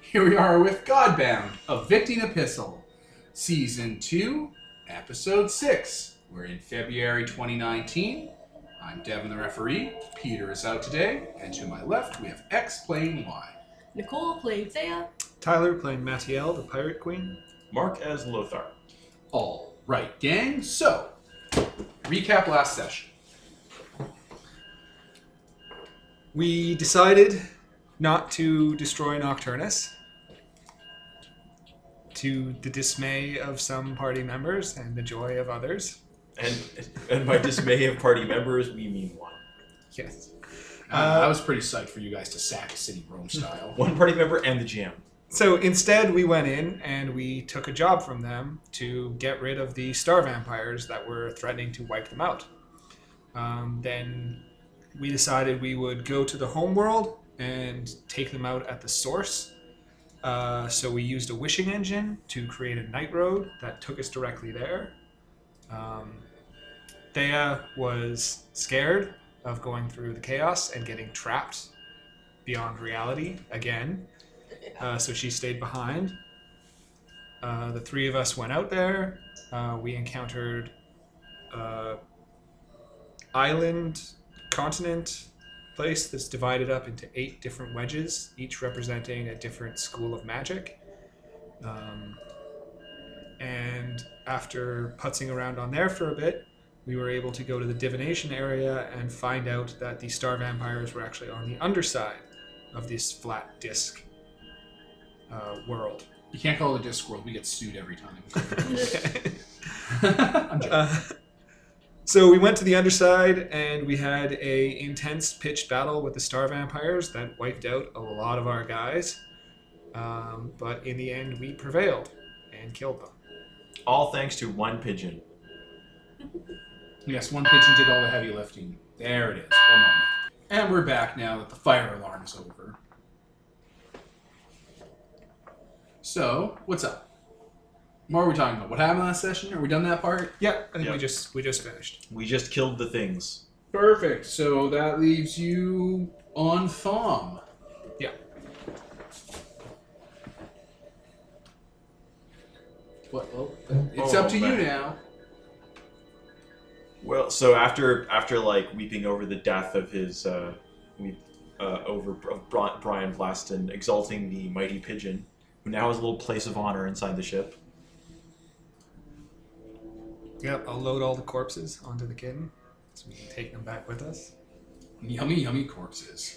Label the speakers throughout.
Speaker 1: Here we are with Godbound, a Victim Epistle, Season 2, Episode 6. We're in February 2019. I'm Devin the referee. Peter is out today. And to my left, we have X playing Y.
Speaker 2: Nicole played Zaya.
Speaker 3: Tyler playing Matiel, the pirate queen.
Speaker 4: Mark as Lothar.
Speaker 1: All right, gang. So, recap last session.
Speaker 3: We decided not to destroy Nocturnus to the dismay of some party members and the joy of others.
Speaker 4: And and by dismay of party members, we mean one.
Speaker 3: Yes.
Speaker 1: Uh, I was pretty psyched for you guys to sack City Rome style.
Speaker 4: One party member and the GM.
Speaker 3: So instead, we went in and we took a job from them to get rid of the star vampires that were threatening to wipe them out. Um, then we decided we would go to the homeworld and take them out at the source. Uh, so we used a wishing engine to create a night road that took us directly there. Um, Thea was scared of going through the chaos and getting trapped beyond reality again uh, so she stayed behind. Uh, the three of us went out there. Uh, we encountered uh, island, continent, place that's divided up into eight different wedges, each representing a different school of magic. Um, and after putzing around on there for a bit, we were able to go to the divination area and find out that the star vampires were actually on the underside of this flat disc uh, world.
Speaker 1: You can't call it a Discworld. We get sued every time. I'm joking.
Speaker 3: Uh, so we went to the underside and we had a intense pitched battle with the star vampires that wiped out a lot of our guys. Um, but in the end, we prevailed and killed them.
Speaker 4: All thanks to one pigeon.
Speaker 1: Yes, one pigeon did all the heavy lifting. There it is. One moment. And we're back now that the fire alarm is over. So, what's up? What are we talking about? What happened last session? Are we done that part?
Speaker 3: Yeah, I think
Speaker 4: Yeah.
Speaker 3: we just we just finished.
Speaker 4: We just killed the things.
Speaker 1: Perfect. So that leaves you on Thom.
Speaker 3: Yeah.
Speaker 1: What? Well, it's
Speaker 4: Oh,
Speaker 1: up to
Speaker 4: man.
Speaker 1: you now.
Speaker 4: Well, so after after like weeping over the death of his, uh, we uh, over of Bri- Brian Blaston, exalting the mighty pigeon, who now has a little place of honor inside the ship.
Speaker 3: Yep, I'll load all the corpses onto the kitten so we can take them back with us.
Speaker 1: Yummy, yummy corpses.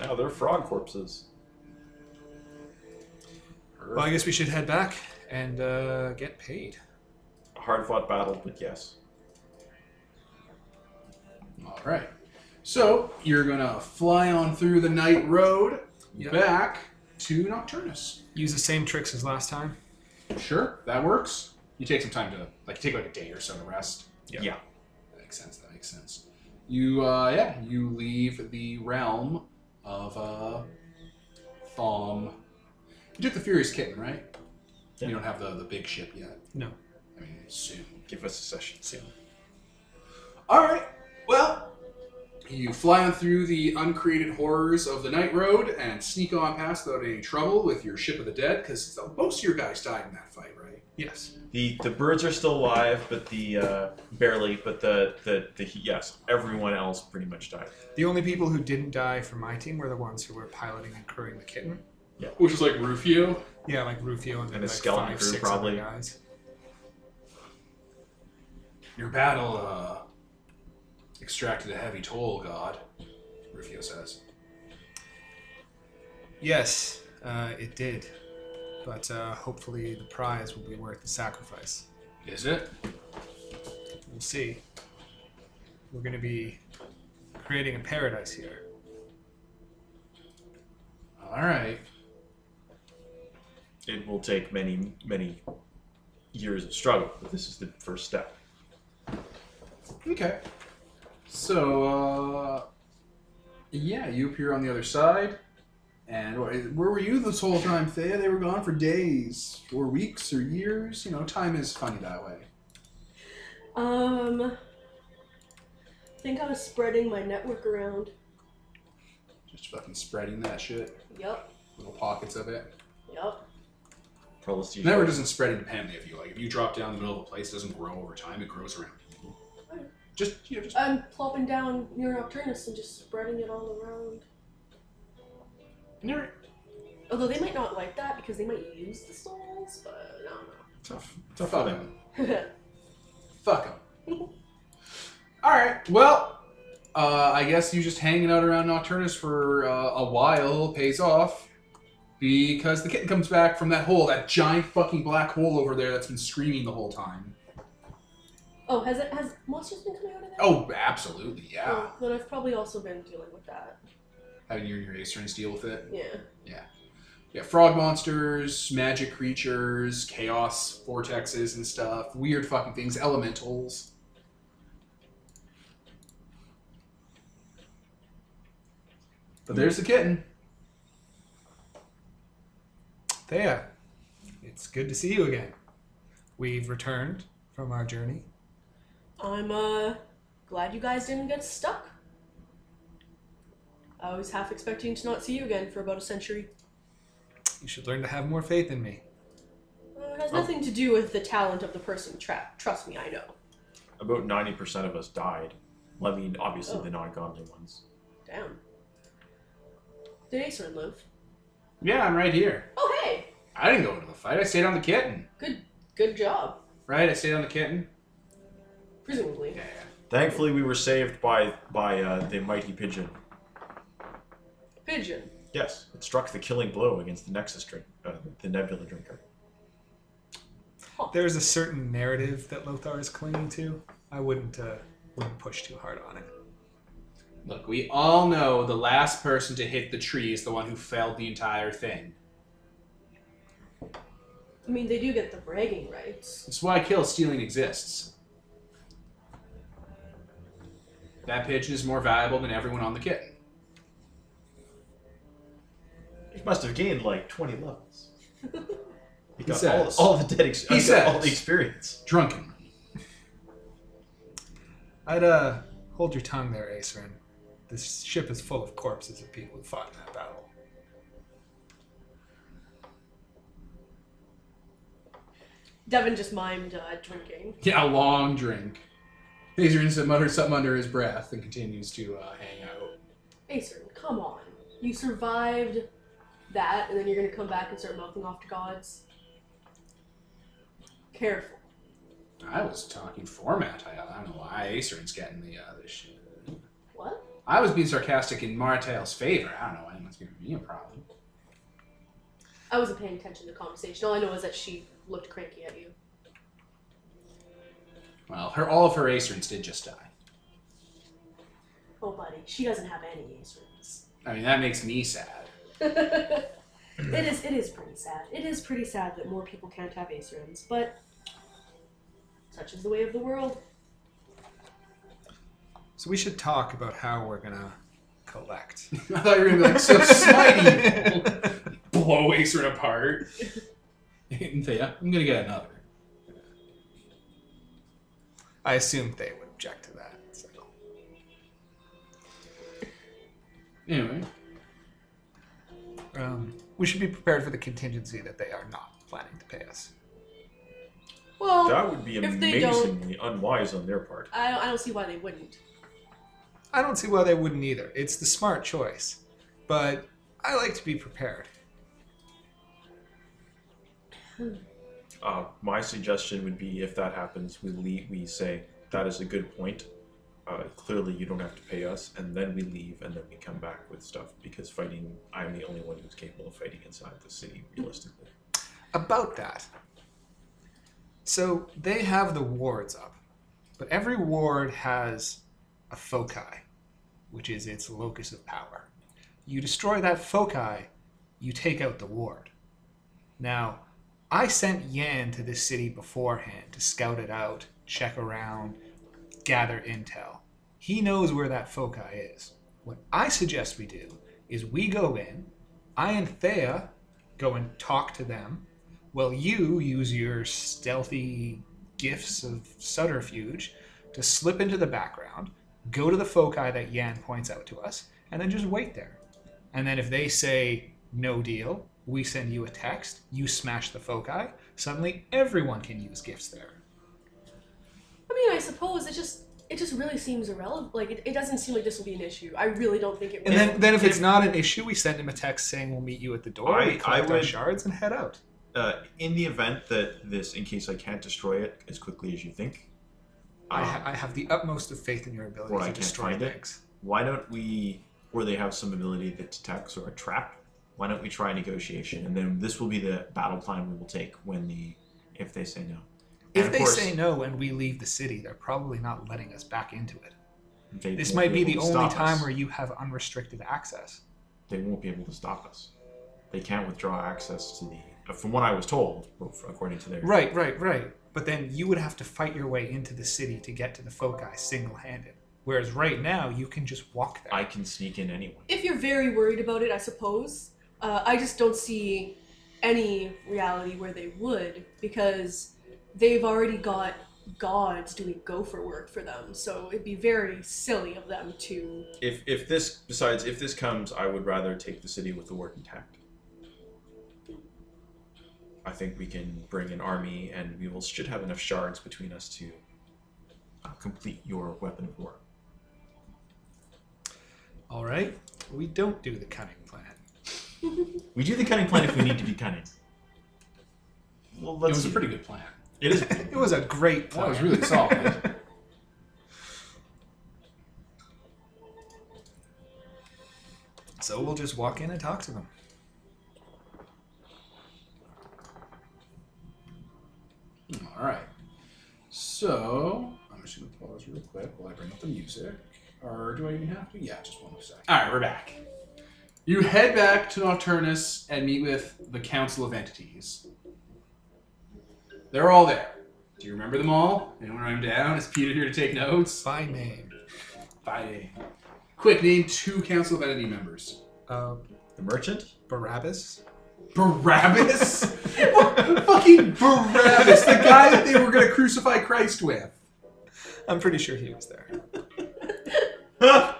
Speaker 4: Now they're frog corpses.
Speaker 3: Well, I guess we should head back and uh, get paid.
Speaker 4: A hard fought battle, but yes.
Speaker 1: All right. So you're gonna fly on through the night road
Speaker 3: Yeah.
Speaker 1: back to Nocturnus.
Speaker 3: Use the same tricks as last time.
Speaker 1: Sure, that works. You take some time to like you take like a day or so to rest.
Speaker 3: Yeah.
Speaker 4: yeah.
Speaker 1: That makes sense. That makes sense. You uh, yeah, you leave the realm of uh, Thom. You took the Furious Kitten, right?
Speaker 4: Yeah.
Speaker 1: You don't have the the big ship yet.
Speaker 3: No.
Speaker 1: I mean, soon.
Speaker 4: Give us a session soon.
Speaker 1: All right. Well, you fly on through the uncreated horrors of the night road and sneak on past without any trouble with your ship of the dead, because most of your guys died in that fight, right?
Speaker 3: Yes.
Speaker 4: The the birds are still alive, but the uh, barely. But the, the the yes, everyone else pretty much died.
Speaker 3: The only people who didn't die from my team were the ones who were piloting and crewing the kitten.
Speaker 1: Which is like Rufio.
Speaker 3: Yeah, like Rufio and, then
Speaker 4: And a
Speaker 3: like
Speaker 4: skeleton
Speaker 3: five,
Speaker 4: crew,
Speaker 3: six
Speaker 4: probably.
Speaker 3: other guys.
Speaker 1: Your battle uh, extracted a heavy toll, God. Rufio says.
Speaker 3: Yes, uh, it did. But uh, hopefully the prize will be worth the sacrifice.
Speaker 1: Is it?
Speaker 3: We'll see. We're going to be creating a paradise here.
Speaker 1: All right.
Speaker 4: It will take many many years of struggle, but this is the first step.
Speaker 1: Okay. So, uh, yeah, you appear on the other side. And wh- where were you this whole time, Thea? They were gone for days, or weeks, or years. You know, time is funny that way.
Speaker 2: Um, I think I was spreading my network around.
Speaker 1: Just fucking spreading that shit,
Speaker 2: Yup.
Speaker 1: little pockets of it.
Speaker 2: Yup.
Speaker 4: Carlos, do you
Speaker 1: Never doesn't spread independently of you. Like if you drop down in the middle of a place, it doesn't grow over time. It grows around people. Just you know, just
Speaker 2: I'm plopping down near Nocturnus and just spreading it all around.
Speaker 1: never
Speaker 2: Although they might not like that because they might use the souls, but I don't know.
Speaker 1: tough. Tough fuck them.
Speaker 2: That's
Speaker 1: Fuck them. All right. Well, uh, I guess you just hanging out around Nocturnus for uh, a while pays off because the kitten comes back from that hole, that giant fucking black hole over there that's been screaming the whole time.
Speaker 2: Oh, has it has monsters been coming out of there?
Speaker 1: Oh, absolutely, yeah.
Speaker 2: Oh, then I've probably also been dealing with that.
Speaker 1: Having your your ace turns deal with it.
Speaker 2: Yeah.
Speaker 1: Yeah, frog monsters, magic creatures, chaos vortexes and stuff, weird fucking things, elementals. But there's the kitten.
Speaker 3: Thea, it's good to see you again. We've returned from our journey.
Speaker 2: I'm uh glad you guys didn't get stuck. I was half expecting to not see you again for about a century.
Speaker 3: You should learn to have more faith in me.
Speaker 2: Uh, it has
Speaker 4: Oh.
Speaker 2: nothing to do with the talent of the person trapped. Trust me, I know.
Speaker 4: about ninety percent of us died. Well, I mean, obviously
Speaker 2: Oh.
Speaker 4: the non-godly ones.
Speaker 2: Damn. Did Aceryn live?
Speaker 1: Yeah, I'm right here.
Speaker 2: Oh hey,
Speaker 1: I didn't go into the fight. I stayed on the kitten.
Speaker 2: good good job.
Speaker 1: Right? I stayed on the kitten.
Speaker 2: Presumably.
Speaker 4: Thankfully, we were saved by by uh, the mighty pigeon.
Speaker 2: Pigeon.
Speaker 4: Yes, it struck the killing blow against the Nexus drink, uh, the Nebula drinker.
Speaker 3: There's a certain narrative that Lothar is clinging to. I wouldn't uh, wouldn't push too hard on it.
Speaker 1: Look, we all know the last person to hit the tree is the one who felled the entire thing.
Speaker 2: I mean they do get the bragging rights.
Speaker 1: That's why kill stealing exists. That pigeon is more valuable than everyone on the kitten.
Speaker 4: He must have gained like twenty levels. He got
Speaker 1: says.
Speaker 4: all, all the dead. Ex-
Speaker 1: He
Speaker 4: I got all
Speaker 1: says.
Speaker 4: the experience.
Speaker 1: Drunken.
Speaker 3: I'd uh hold your tongue there, Acerin. This ship is full of corpses of people who fought in that battle.
Speaker 2: Devin just mimed uh, drinking.
Speaker 1: Yeah, a long drink. Hazer instant mutters something under his breath and continues to uh, hang out.
Speaker 2: Aceryn, come on. You survived that, and then you're gonna come back and start mouthing off to gods. Careful.
Speaker 1: I was talking format. I, I don't know why Acerin's getting the uh, this shit.
Speaker 2: What?
Speaker 1: I was being sarcastic in Martel's favor. I don't know why anyone's giving me a problem.
Speaker 2: I wasn't paying attention to the conversation. All I know is that she looked cranky at you.
Speaker 1: Well, her all of her Acerins did just die.
Speaker 2: Oh, buddy, she doesn't have any Acerins.
Speaker 1: I mean, that makes me sad.
Speaker 2: it is. It is pretty sad. It is pretty sad that more people can't have Acerins, but such is the way of the world.
Speaker 3: So we should talk about how we're gonna collect.
Speaker 1: I thought you were gonna be like, so smiting, blow Acerin apart. And Thea, I'm gonna get another.
Speaker 3: I assumed they would object to that. So.
Speaker 1: Anyway,
Speaker 3: Um, we should be prepared for the contingency that they are not planning to pay us.
Speaker 2: Well,
Speaker 4: That would be
Speaker 2: If they don't-
Speaker 4: amazingly unwise on their part.
Speaker 2: I don't. I don't see why they wouldn't.
Speaker 3: I don't see why they wouldn't either. It's the smart choice, but I like to be prepared.
Speaker 4: Uh, my suggestion would be if that happens, we leave, we say that is a good point. Uh, clearly, you don't have to pay us, and then we leave, and then we come back with stuff because fighting. I'm the only one who's capable of fighting inside the city, realistically.
Speaker 3: About that. So they have the wards up, but every ward has a foci, which is its locus of power. You destroy that foci, you take out the ward. Now, I sent Yan to this city beforehand to scout it out, check around, gather intel. He knows where that foci is. What I suggest we do is we go in, I and Thea go and talk to them, while you use your stealthy gifts of subterfuge to slip into the background, go to the foci that Yan points out to us, and then just wait there. And then if they say no deal, we send you a text, you smash the foci, suddenly everyone can use gifts there.
Speaker 2: I mean, I suppose it just it just really seems irrelevant. Like it, it doesn't seem like this will be an issue. I really don't think it will.
Speaker 3: And then, then if it's not an issue, we send him a text saying we'll meet you at the door,
Speaker 4: I-
Speaker 3: we
Speaker 4: I
Speaker 3: collect our
Speaker 4: would-
Speaker 3: shards, and head out.
Speaker 4: Uh, in the event that this, in case I can't destroy it as quickly as you think,
Speaker 3: I,
Speaker 4: uh,
Speaker 3: ha- I have the utmost of faith in your ability
Speaker 4: Well, I
Speaker 3: to
Speaker 4: can't
Speaker 3: destroy
Speaker 4: find it.
Speaker 3: things.
Speaker 4: why don't we, or they have some ability that detects or a trap, why don't we try negotiation? And then this will be the battle plan we will take when the, if they say no. And
Speaker 3: If
Speaker 4: of
Speaker 3: they
Speaker 4: course,
Speaker 3: say no and we leave the city, they're probably not letting us back into it.
Speaker 4: they
Speaker 3: This
Speaker 4: won't
Speaker 3: might be the
Speaker 4: able to
Speaker 3: only
Speaker 4: stop
Speaker 3: time
Speaker 4: us.
Speaker 3: where you have unrestricted access.
Speaker 4: they won't be able to stop us. They can't withdraw access to the, from what I was told, according to their
Speaker 3: Right, right, right. But then you would have to fight your way into the city to get to the foci single handed. Whereas right now, you can just walk there.
Speaker 4: I can sneak in anyone.
Speaker 2: if you're very worried about it, I suppose. Uh, I just don't see any reality where they would because they've already got gods doing gopher work for them. So it'd be very silly of them to.
Speaker 4: If if this besides if this comes, I would rather take the city with the word intact. I think we can bring an army, and we will should have enough shards between us to uh, complete your weapon of war.
Speaker 3: All right? We don't do the cunning plan.
Speaker 4: We do the cunning plan if we need to be cunning. Well,
Speaker 1: It
Speaker 4: let's.
Speaker 1: was a pretty good plan.
Speaker 4: It is.
Speaker 3: It was a great plan.
Speaker 1: That was really solid.
Speaker 3: so we'll just walk in and talk to them.
Speaker 1: All right. So I'm just gonna pause real quick while I bring up the music, or do I even have to? Yeah, just one more second. All right, we're back. You head back to Nocturnus and meet with the Council of Entities. They're all there. Do you remember them all? Anyone write them down? Is Peter here to take notes?
Speaker 3: By name.
Speaker 1: Bye. Quick, name two Council of Entity members.
Speaker 3: Uh,
Speaker 4: the merchant.
Speaker 3: Barabbas.
Speaker 1: Barabbas? Fucking Barabbas, the guy that they were gonna crucify Christ with.
Speaker 3: I'm pretty sure he was there.
Speaker 4: there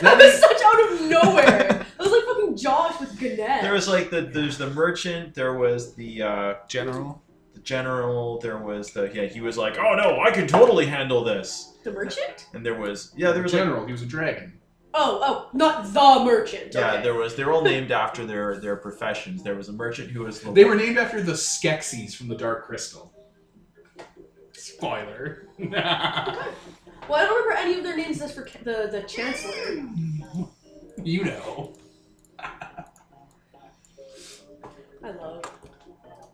Speaker 2: That was such out of nowhere. it was like fucking Josh with Gannett.
Speaker 4: was like the there's the merchant. There was the. Uh,
Speaker 3: General.
Speaker 4: the general there was the yeah he was like oh no i can totally handle this
Speaker 2: the merchant?
Speaker 4: and there was yeah there was like,
Speaker 1: general. he was a dragon.
Speaker 2: Oh, oh, not the merchant.
Speaker 4: yeah
Speaker 2: okay.
Speaker 4: there was they're all named after their their professions there was a merchant who was the
Speaker 1: They were named after the Skeksis from the Dark Crystal. Spoiler.
Speaker 2: Well, I don't remember any of their names except for ca- the, the chancellor.
Speaker 1: you know.
Speaker 2: I love,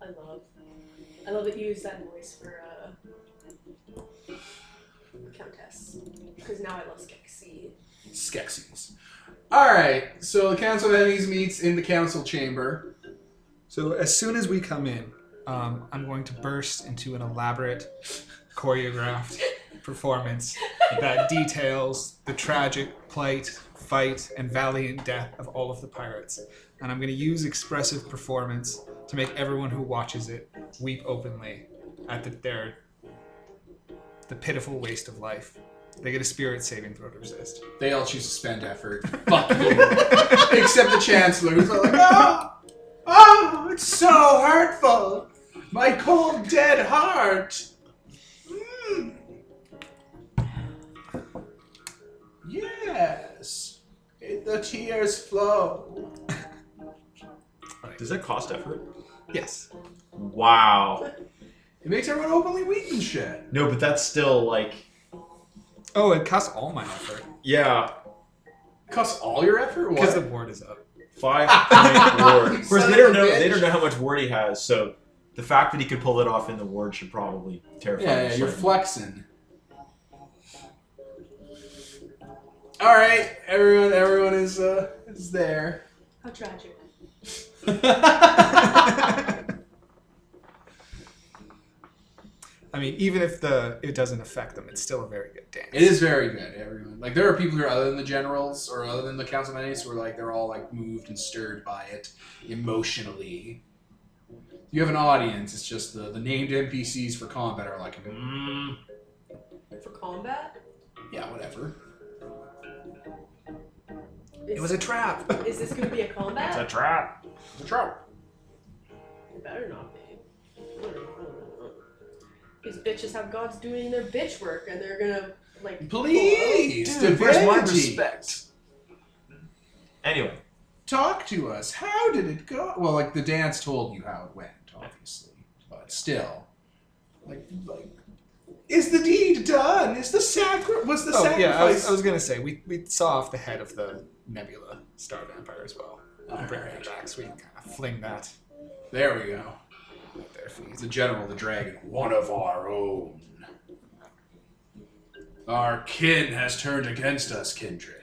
Speaker 2: I love, I love that you use that voice for uh, Countess. Because now I love Skeksis.
Speaker 1: Skeksis. Alright, so the Council of Enemies meets in the council chamber.
Speaker 3: So as soon as we come in, um, I'm going to burst into an elaborate, choreographed performance that details the tragic plight, fight, and valiant death of all of the pirates. And I'm going to use expressive performance to make everyone who watches it weep openly at the, their the pitiful waste of life. They get a spirit saving throw to resist.
Speaker 1: They all choose to spend effort. Fuck you. Except the Chancellor, who's all like, oh, oh, it's so hurtful. My cold, dead heart. Mm. Yes. It- The tears flow.
Speaker 4: does that cost effort
Speaker 3: Yes.
Speaker 4: wow
Speaker 1: It makes everyone openly weak and shit.
Speaker 4: no but that's still like
Speaker 3: Oh, it costs all my effort
Speaker 4: yeah
Speaker 1: Costs all your effort? What?
Speaker 3: because the board is up.
Speaker 4: five point ward of course
Speaker 1: Son
Speaker 4: they
Speaker 1: of
Speaker 4: don't
Speaker 1: a
Speaker 4: know
Speaker 1: bitch.
Speaker 4: they don't know how much word he has so the fact that he could pull it off in the ward should probably terrify
Speaker 1: yeah, yeah,
Speaker 4: him
Speaker 1: you're
Speaker 4: slightly.
Speaker 1: flexing. All right, everyone, everyone is uh, is there.
Speaker 2: How tragic.
Speaker 3: I mean, even if the it doesn't affect them, it's still a very good dance.
Speaker 1: It is very good, everyone. Like there are people who are other than the generals or other than the council mayors who are like they're all like moved and stirred by it emotionally. You have an audience. It's just the, the named NPCs for combat are like, mm,
Speaker 2: For combat?
Speaker 1: yeah, whatever.
Speaker 2: Is,
Speaker 3: It was a trap.
Speaker 2: is this gonna be a combat?
Speaker 4: It's a trap.
Speaker 1: The trout.
Speaker 2: It better not be. These bitches have gods doing their bitch work, and they're gonna like.
Speaker 1: Please,
Speaker 3: Dude, where's my
Speaker 1: divinity,
Speaker 3: respect?
Speaker 4: Anyway,
Speaker 1: Talk to us. How did it go? Well, like the dance told you how it went, obviously, but still, like, like, is the deed done? Is the sacri- was the
Speaker 3: Oh,
Speaker 1: sacrifice?
Speaker 3: yeah, I was, I was gonna say we, we saw off the head of the Nebula Star Vampire as well.
Speaker 1: All
Speaker 3: Bring
Speaker 1: right.
Speaker 3: it back, so we kind of fling that
Speaker 1: There we go.
Speaker 3: at their feet.
Speaker 1: He's a general of the dragon, one of our own. Our kin has turned against us, kindred.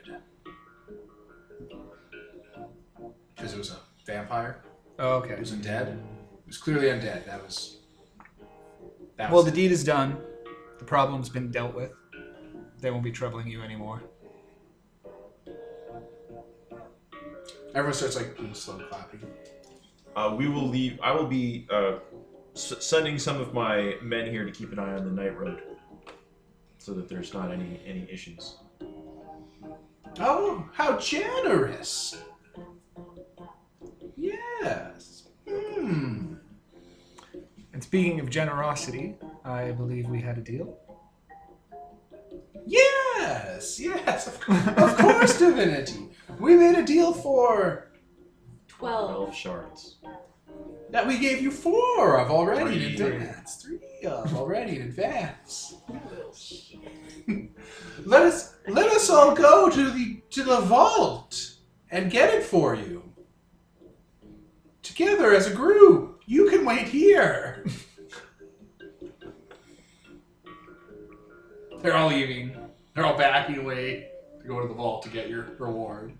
Speaker 1: Because it was a vampire.
Speaker 3: Oh,
Speaker 1: It
Speaker 3: okay.
Speaker 1: was undead. It was clearly undead. That was. That
Speaker 3: Well,
Speaker 1: was
Speaker 3: the deed is done. The problem's been dealt with. They won't be troubling you anymore.
Speaker 1: everyone starts like doing slow clapping.
Speaker 4: uh, we will leave. I will be uh, s- sending some of my men here to keep an eye on the night road, so that there's not any any issues.
Speaker 1: Oh, how generous! Yes. Hmm.
Speaker 3: And speaking of generosity, I believe we had a deal.
Speaker 1: Yes. Yes. Of, cour- of course, divinity. We made a deal for
Speaker 2: Twelve.
Speaker 4: Twelve shards.
Speaker 1: That we gave you four of already in
Speaker 4: Three.
Speaker 1: advance. Three of already in advance. Let us let us all go to the to the vault and get it for you. Together as a group. You can wait here. They're all leaving. They're all backing away to go to the vault to get your reward.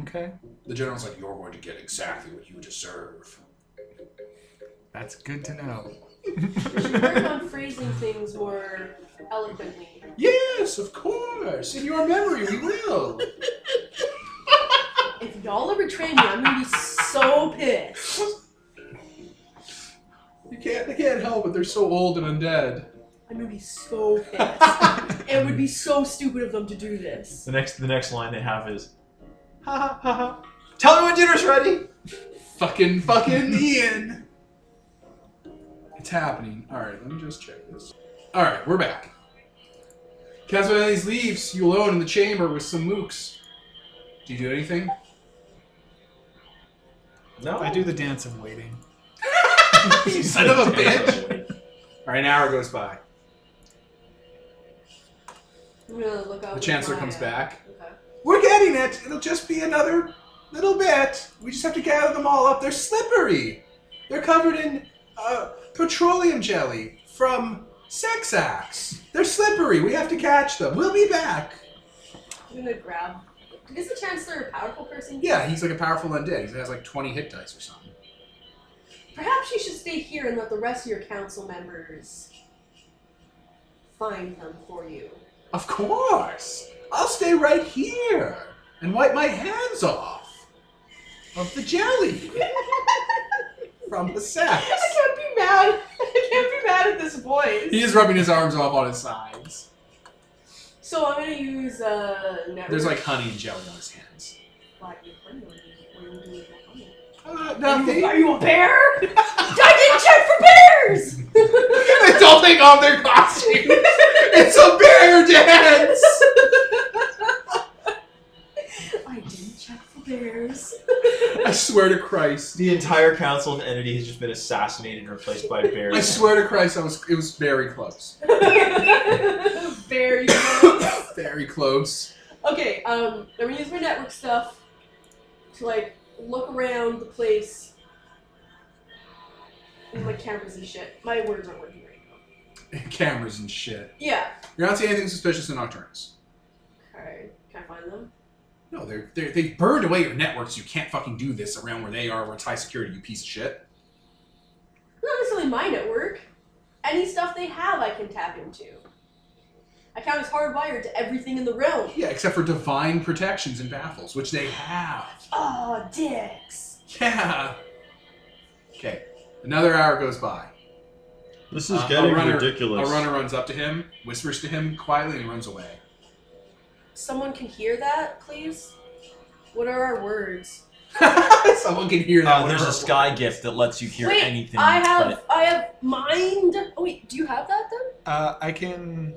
Speaker 3: Okay.
Speaker 1: The general's like, You're going to get exactly what you deserve.
Speaker 3: That's good to know.
Speaker 2: We should work on phrasing things more eloquently.
Speaker 1: Yes, of course. In your memory, we will.
Speaker 2: If y'all ever train me, I'm gonna be so pissed.
Speaker 1: You can't. They can't help it. They're so old and undead.
Speaker 2: I'm gonna be so pissed. it would be so stupid of them to do this.
Speaker 4: The next the next line they have is, ha ha ha ha. Tell me when dinner's ready.
Speaker 1: Fucking, fucking Ian. It's happening. All right. Let me just check this. All right. We're back. Cassiopeia leaves you alone in the chamber with some mooks. Do you do anything?
Speaker 4: No,
Speaker 3: I do the dance of waiting.
Speaker 1: you son of a bitch. All right. An hour goes by.
Speaker 2: I'm gonna look out.
Speaker 1: The
Speaker 2: with
Speaker 1: chancellor
Speaker 2: my
Speaker 1: comes
Speaker 2: eye.
Speaker 1: back.
Speaker 2: Okay.
Speaker 1: We're getting it. It'll just be another little bit. We just have to gather them all up. They're slippery. They're covered in uh, petroleum jelly from sex acts. They're slippery. We have to catch them. We'll be back.
Speaker 2: I'm gonna grab. Is the chancellor a powerful person?
Speaker 1: Yeah, he's like a powerful undead. He has like 20 hit dice or something.
Speaker 2: Perhaps you should stay here and let the rest of your council members find them for you.
Speaker 1: Of course. I'll stay right here and wipe my hands off of the jelly from the sex.
Speaker 2: can't be mad. I can't be mad at this voice.
Speaker 1: He is rubbing his arms off on his sides.
Speaker 2: So I'm gonna use uh. Network.
Speaker 1: There's like honey and jelly on his hands.
Speaker 2: Black Mirror on you. What are you doing with that on you?
Speaker 1: Uh,
Speaker 2: Are
Speaker 1: nothing.
Speaker 2: you, are you a bear? I didn't check for bears.
Speaker 1: It's all take off their costumes. it's a bear dance.
Speaker 2: I didn't check for bears.
Speaker 1: I swear to Christ.
Speaker 4: The entire council of entity has just been assassinated and replaced by bears.
Speaker 1: I swear to Christ, I was. It was very close.
Speaker 2: Very good.
Speaker 1: Very close.
Speaker 2: Okay, um, I'm gonna use my network stuff to like look around the place. My cameras and shit. My words aren't working right now.
Speaker 1: Cameras and shit.
Speaker 2: Yeah.
Speaker 1: You're not seeing anything suspicious in Nocturnus.
Speaker 2: Okay. Can I find them?
Speaker 1: No, they're, they're they burned away your networks. You can't fucking do this around where they are, where it's high security. You piece of shit.
Speaker 2: Not necessarily my network. Any stuff they have, I can tap into. I count as hardwired to everything in the realm.
Speaker 1: Yeah, except for divine protections and baffles, which they have.
Speaker 2: Oh, dicks.
Speaker 1: Yeah. Okay. Another hour goes by.
Speaker 4: This
Speaker 1: is Uh, getting a runner-
Speaker 4: ridiculous.
Speaker 1: A runner runs up to him, whispers to him quietly, and runs away.
Speaker 2: Someone can hear that, please. What are our words?
Speaker 1: Someone can hear that.
Speaker 4: Oh,
Speaker 5: Uh, there's a
Speaker 1: whatever.
Speaker 5: sky gift that lets you hear
Speaker 2: Wait,
Speaker 5: anything.
Speaker 2: I have
Speaker 5: but-
Speaker 2: I have mind. Oh wait, do you have that then?
Speaker 3: Uh, I can.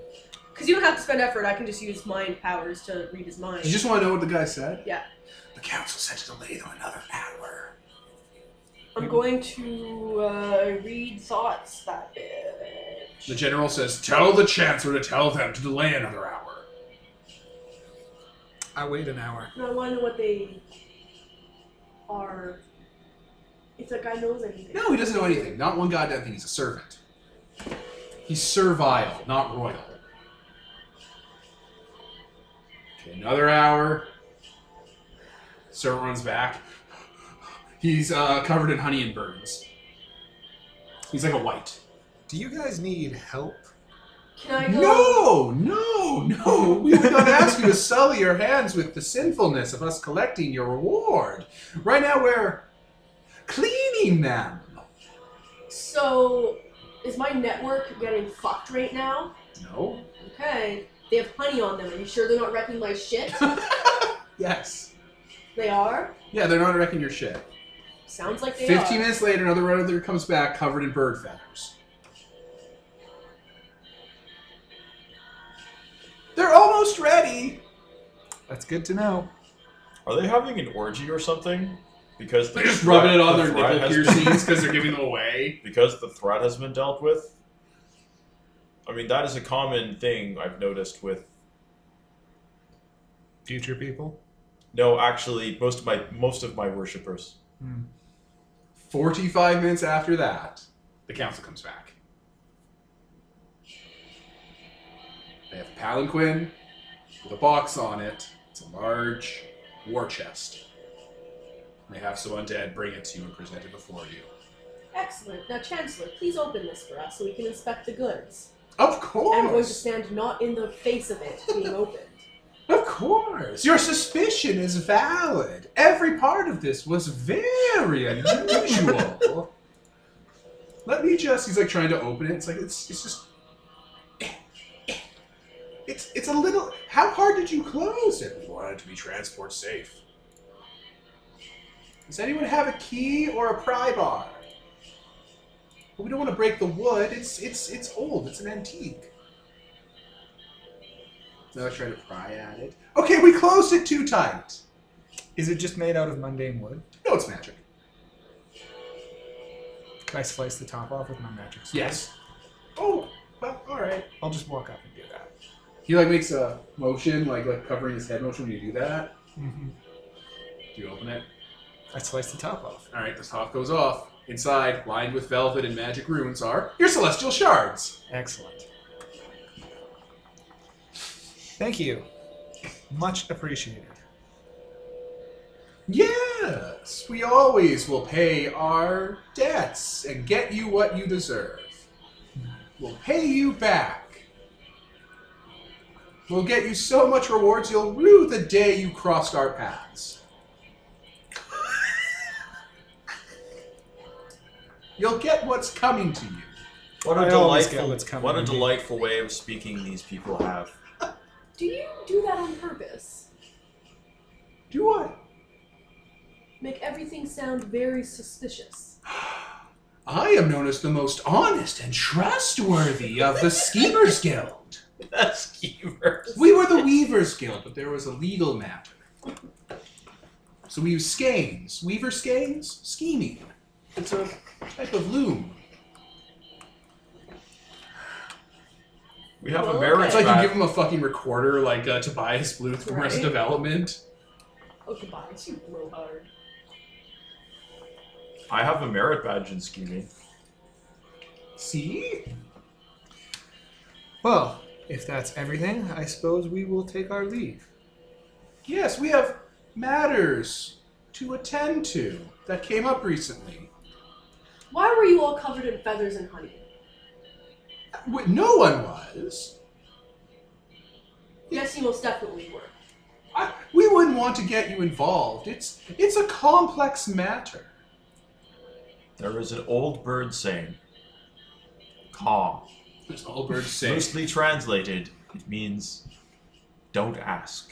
Speaker 2: Because you don't have to spend effort. I can just use mind powers to read his mind.
Speaker 1: You just want to know what the guy said?
Speaker 2: Yeah.
Speaker 1: The council said to delay them another hour.
Speaker 2: I'm going to uh, read thoughts that bitch.
Speaker 1: The general says, Tell the chancellor to tell them to delay another hour.
Speaker 3: I wait an hour.
Speaker 2: And I want to know what they are. If that guy knows anything.
Speaker 1: No, he doesn't know anything. Not one goddamn thing. He's a servant. He's servile, not royal. Okay, another hour. Servant runs back. He's uh, covered in honey and burns. He's like a white.
Speaker 3: Do you guys need help?
Speaker 2: Can I
Speaker 1: No,
Speaker 2: go?
Speaker 1: no, no. We would not ask you to sully your hands with the sinfulness of us collecting your reward. Right now, we're cleaning them.
Speaker 2: So, is my network getting fucked right now?
Speaker 1: No.
Speaker 2: Okay. They have honey on them. Are you sure they're not wrecking my shit?
Speaker 1: Yes.
Speaker 2: they are?
Speaker 1: Yeah, they're not wrecking your shit.
Speaker 2: Sounds like they
Speaker 1: 15
Speaker 2: are.
Speaker 1: minutes later, another runner comes back covered in bird feathers. They're almost ready.
Speaker 3: That's good to know.
Speaker 4: Are they having an orgy or something? Because the
Speaker 1: They're just rubbing it
Speaker 4: threat-
Speaker 1: on
Speaker 4: the
Speaker 1: their
Speaker 4: threat
Speaker 1: nipple
Speaker 4: has-
Speaker 1: piercings because they're giving them away.
Speaker 4: because the threat has been dealt with. I mean, that is a common thing I've noticed with.
Speaker 3: Future people.
Speaker 4: No, actually, most of my most of my worshippers.
Speaker 3: Hmm.
Speaker 1: 45 minutes after that, the council comes back. They have a palanquin with a box on it. It's a large war chest. They have some undead bring it to you and present it before you.
Speaker 2: Excellent. Now, Chancellor, please open this for us so we can inspect the goods.
Speaker 1: Of
Speaker 2: I'm going to
Speaker 1: course!
Speaker 2: stand not in the face of it being opened.
Speaker 1: Of course! Your suspicion is valid! Every part of this was very unusual! Let me just. He's like trying to open it. It's like, it's, it's just. eh, It's, it's a little. How hard did you close it? We wanted to be transport safe. Does anyone have a key or a pry bar? But we don't want to break the wood. It's it's it's old. It's an antique. No, I tried to pry at it. Okay, we closed it too tight.
Speaker 3: Is it just made out of mundane wood?
Speaker 1: No, it's magic.
Speaker 3: Can I slice the top off with my magic sword?
Speaker 1: Yes. Oh, well, all right.
Speaker 3: I'll just walk up and do that.
Speaker 1: He like makes a motion, like like covering his head motion when you do that. Do you open it?
Speaker 3: Mm-hmm. I slice the top off.
Speaker 1: All right, the top goes off. Inside, lined with velvet and magic runes, are your celestial shards.
Speaker 3: Excellent. Thank you. Much appreciated.
Speaker 1: Yes, we always will pay our debts and get you what you deserve. We'll pay you back. We'll get you so much rewards you'll rue the day you crossed our paths. you'll get what's coming to you.
Speaker 4: What
Speaker 3: I
Speaker 4: a
Speaker 3: always get
Speaker 4: delightful
Speaker 3: what's coming
Speaker 4: what a
Speaker 3: to me.
Speaker 4: delightful way of speaking these people have.
Speaker 2: Do you do that on purpose?
Speaker 1: Do what?
Speaker 2: Make everything sound very suspicious.
Speaker 1: I am known as the most honest and trustworthy of the Schemers Guild.
Speaker 5: That's schemers.
Speaker 1: We were the Weavers Guild, but there was a legal matter. So we use skeins. Weaver skeins? Scheming. It's a type of loom.
Speaker 4: We have
Speaker 2: Well,
Speaker 4: a marriage
Speaker 1: It's like you
Speaker 4: vow.
Speaker 1: give him a fucking recorder like uh, Tobias Bluth from Arrested
Speaker 2: Right.
Speaker 1: Development.
Speaker 2: Oh, goodbye. You blow hard.
Speaker 4: I have a merit badge in scheming.
Speaker 1: See?
Speaker 3: Well, if that's everything, I suppose we will take our leave.
Speaker 1: Yes, we have matters to attend to that came up recently.
Speaker 2: Why were you all covered in feathers and honey?
Speaker 1: Wh- No one was.
Speaker 2: Yes, you most definitely were.
Speaker 1: I, we wouldn't want to get you involved. It's it's a complex matter.
Speaker 4: There is an old bird saying, "Calm."
Speaker 1: As all birds say.
Speaker 4: Loosely translated, it means, "Don't ask."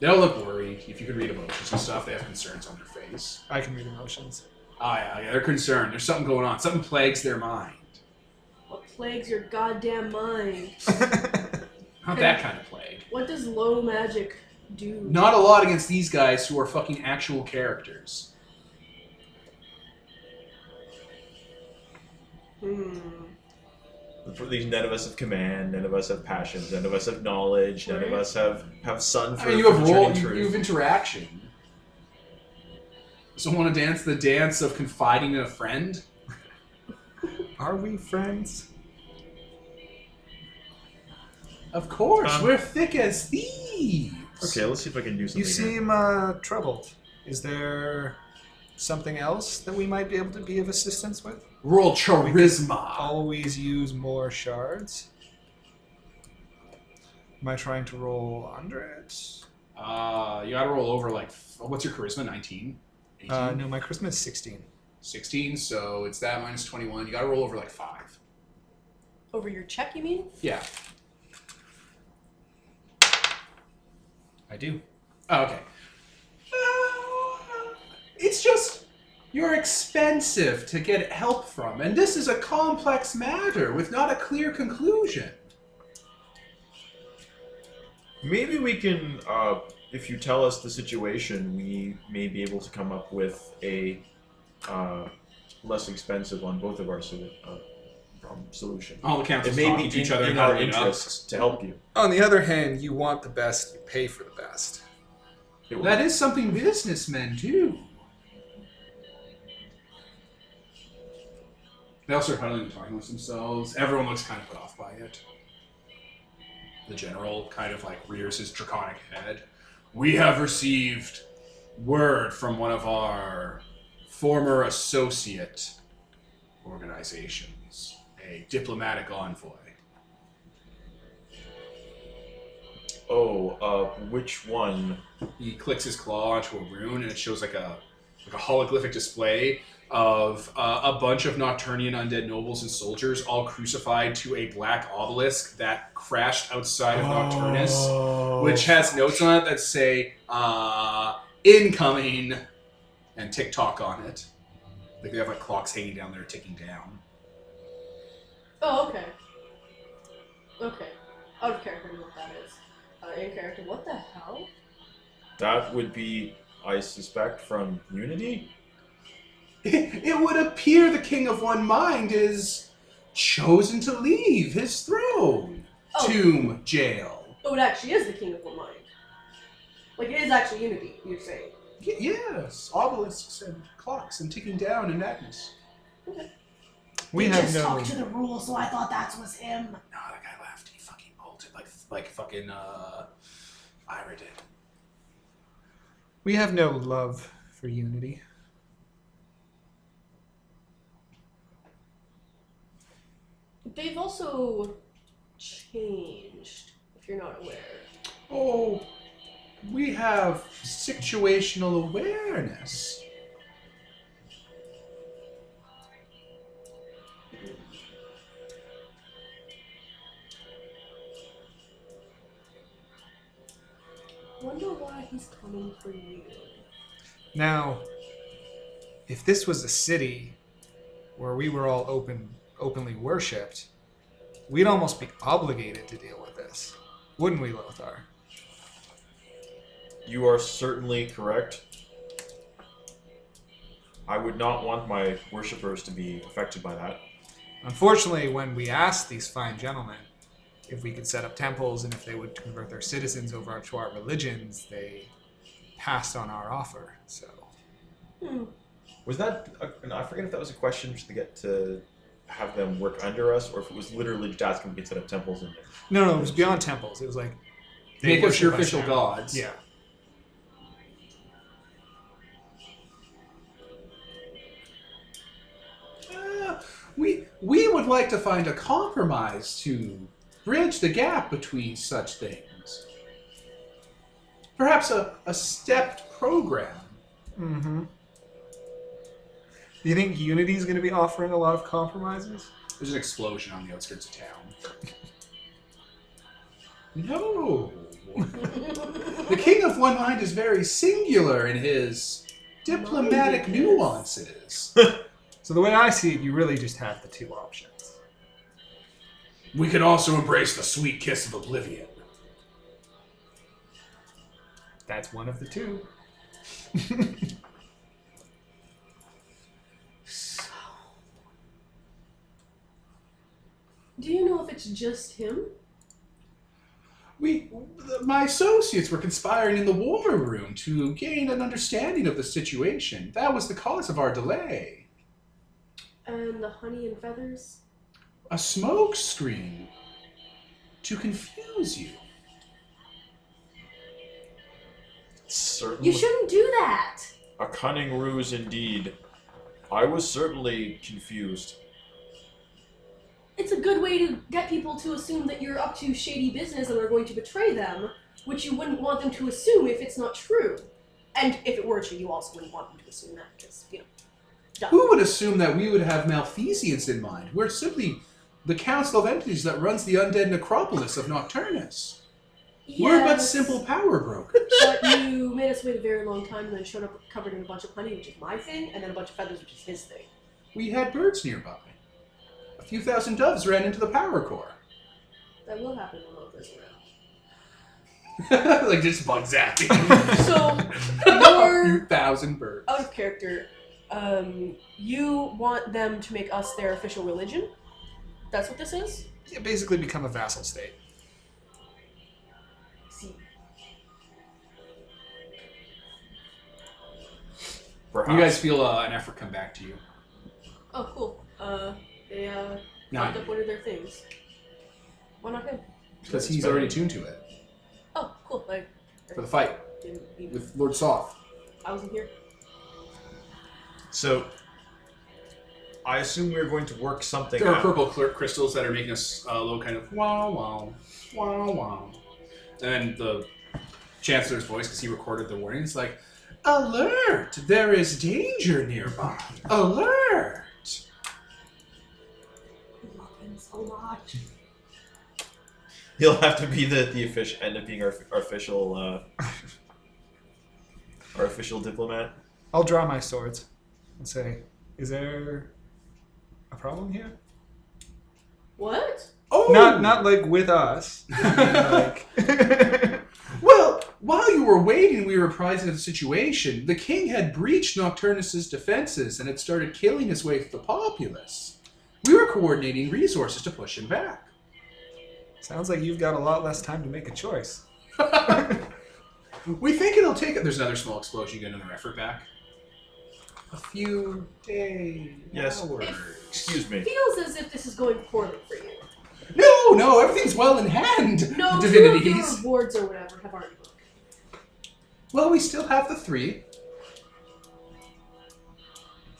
Speaker 1: They all look worried. If you could read emotions and stuff, they have concerns on their face.
Speaker 3: I can read emotions.
Speaker 1: Ah, yeah, yeah, they're concerned. There's something going on. Something plagues their mind.
Speaker 2: What plagues your goddamn mind?
Speaker 1: Not that kind of plague.
Speaker 2: What does low magic do?
Speaker 1: Not a lot against these guys who are fucking actual characters.
Speaker 2: Hmm.
Speaker 4: For these, none of us have command, none of us have passions, none of us have knowledge, none of
Speaker 2: Right.
Speaker 4: us have have sun for,
Speaker 1: I mean, you have
Speaker 4: for
Speaker 1: role,
Speaker 4: turning
Speaker 1: you, you
Speaker 4: truth.
Speaker 1: have interaction. So want to dance the dance of confiding in a friend?
Speaker 3: Are we friends?
Speaker 1: Of course,
Speaker 4: Um,
Speaker 1: we're thick as thieves.
Speaker 4: Okay, let's see if I can do something.
Speaker 3: You
Speaker 4: here.
Speaker 3: seem uh, troubled. Is there something else that we might be able to be of assistance with?
Speaker 1: Roll charisma.
Speaker 3: Always use more shards. Am I trying to roll under it?
Speaker 1: Uh, you gotta roll over like, f- what's your charisma? 19? 18?
Speaker 3: Uh, no, my charisma is 16.
Speaker 1: 16, so it's that minus 21. You gotta roll over like 5.
Speaker 2: Over your check, you mean?
Speaker 1: Yeah.
Speaker 3: I do.
Speaker 1: Oh, okay. Uh, it's just you're expensive to get help from, and this is a complex matter with not a clear conclusion.
Speaker 4: Maybe we can, uh, if you tell us the situation, we may be able to come up with a uh, less expensive on both of our solu- uh, problem solution.
Speaker 1: All the councils
Speaker 4: It may
Speaker 1: talking
Speaker 4: be
Speaker 1: to each
Speaker 4: in-
Speaker 1: other
Speaker 4: in
Speaker 1: how
Speaker 4: our
Speaker 1: to meet up.
Speaker 4: interests to help you.
Speaker 3: On the other hand, you want the best, you pay for the best.
Speaker 4: It will-
Speaker 1: That is something businessmen do. They all start huddling and talking amongst themselves. Everyone looks kind of put off by it. The general kind of like rears his draconic head. We have received word from one of our former associate organizations, a diplomatic envoy.
Speaker 4: Oh, uh, which one?
Speaker 1: he clicks his claw onto a rune and it shows like a like a holographic display of uh, a bunch of Nocturnian undead nobles and soldiers all crucified to a black obelisk that crashed outside of Nocturnus, which has notes on it that say uh, "incoming" and "TikTok" on it. Like they have like clocks hanging down there, ticking down.
Speaker 2: Oh, okay. Okay. Out of character, what that is. Uh, in character, what the hell?
Speaker 4: That would be, I suspect, from Unity.
Speaker 1: it would appear the King of One Mind is chosen to leave his throne,
Speaker 2: Oh.
Speaker 1: tomb, jail.
Speaker 2: Oh, it actually is the King of the Mind. Like, it is actually Unity, you're saying.
Speaker 1: Y- yes, obelisks and clocks and ticking down and madness.
Speaker 3: We
Speaker 6: They
Speaker 3: have
Speaker 6: just
Speaker 3: no.
Speaker 6: talked to the rules, so I thought that was him.
Speaker 1: No, that guy left. He fucking bolted like like fucking uh, Ira did.
Speaker 3: We have no love for unity.
Speaker 2: They've also changed, if you're not aware.
Speaker 1: Oh, we have situational awareness.
Speaker 2: Wonder why he's coming for you.
Speaker 3: Now, if this was a city where we were all open, openly worshipped, we'd almost be obligated to deal with this, wouldn't we, Lothar?
Speaker 4: You are certainly correct. I would not want my worshippers to be affected by that.
Speaker 3: Unfortunately, when we asked these fine gentlemen if we could set up temples and if they would convert their citizens over to our religions, they passed on our offer. So,
Speaker 2: Hmm.
Speaker 4: Was that? A, I forget if that was a question just to get to have them work under us, or if it was literally just asking if we could set up temples in there.
Speaker 3: no, no, it was beyond temples. It was like
Speaker 1: Make us your
Speaker 3: worship
Speaker 1: official
Speaker 3: now.
Speaker 1: gods.
Speaker 3: Yeah.
Speaker 1: Uh, we we would like to find a compromise to bridge the gap between such things. Perhaps a, a stepped program.
Speaker 3: Mm-hmm. Do you think Unity's going to be offering a lot of compromises?
Speaker 1: There's an explosion on the outskirts of town. no. The king of one mind is very singular in his diplomatic
Speaker 2: Mind.
Speaker 1: nuances.
Speaker 3: So the way I see it, you really just have the two options.
Speaker 1: We can also embrace the sweet kiss of oblivion.
Speaker 3: That's one of the two.
Speaker 2: Do you know if it's just him?
Speaker 1: We, my associates were conspiring in the war room to gain an understanding of the situation. That was the cause of our delay.
Speaker 2: And the honey and feathers?
Speaker 1: A smoke screen to confuse you.
Speaker 4: Certainly
Speaker 2: You shouldn't do that!
Speaker 4: a cunning ruse indeed. I was certainly confused.
Speaker 2: It's a good way to get people to assume that you're up to shady business and are going to betray them, which you wouldn't want them to assume if it's not true. And if it were true, you also wouldn't want them to assume that, because, you know,
Speaker 1: Who would assume that we would have Malfeasance in mind? We're simply the council of entities that runs the undead necropolis of Nocturnus. We're but
Speaker 2: Yes,
Speaker 1: simple power brokers.
Speaker 2: But you made us wait a very long time and then showed up covered in a bunch of honey, which is my thing, and then a bunch of feathers, which is his thing.
Speaker 1: we had birds nearby. A few thousand doves ran into the power core.
Speaker 2: That will happen when all goes around.
Speaker 1: like just bugs at me.
Speaker 2: So, your
Speaker 1: few thousand birds.
Speaker 2: out of character, um, you want them to make us their official religion? That's what this is?
Speaker 3: You basically become a vassal state.
Speaker 2: See,
Speaker 4: Perhaps
Speaker 1: You guys feel uh, an effort come back to you.
Speaker 2: Oh, cool. Uh, they uh,
Speaker 1: No,
Speaker 2: knocked up one of their things. Why not him?
Speaker 1: because he's already tuned to it
Speaker 2: Oh, cool. I
Speaker 1: for the fight
Speaker 2: didn't even.
Speaker 1: with Lord Soth.
Speaker 2: I wasn't here.
Speaker 4: So, I assume we're going to work something
Speaker 1: There are
Speaker 4: out.
Speaker 1: purple clear crystals that are making us uh, low kind of wow wow wow wow, and the chancellor's voice because he recorded the warning. It's like alert! There is danger nearby. Alert!
Speaker 6: Muffins a lot.
Speaker 4: He'll have to be the the official end up being our, our official uh, our official diplomat.
Speaker 3: I'll draw my swords and say, "Is there a problem here?
Speaker 2: What?
Speaker 1: Oh,
Speaker 3: Not not like with us. like,
Speaker 1: Well, while you were waiting, we were apprised of the situation. The king had breached Nocturnus's defenses and had started killing his way through the populace. We were coordinating resources to push him back.
Speaker 3: sounds like you've got a lot less time to make a choice.
Speaker 1: We think it'll take. There's another small explosion. You get another effort back. A few days.
Speaker 4: Yes.
Speaker 1: Hours.
Speaker 4: Excuse me.
Speaker 2: Feels as if this is going poorly for you.
Speaker 1: No, no, everything's well in hand.
Speaker 2: No, two of your
Speaker 1: divinities.
Speaker 2: rewards or whatever have already booked.
Speaker 1: Well, we still have the three.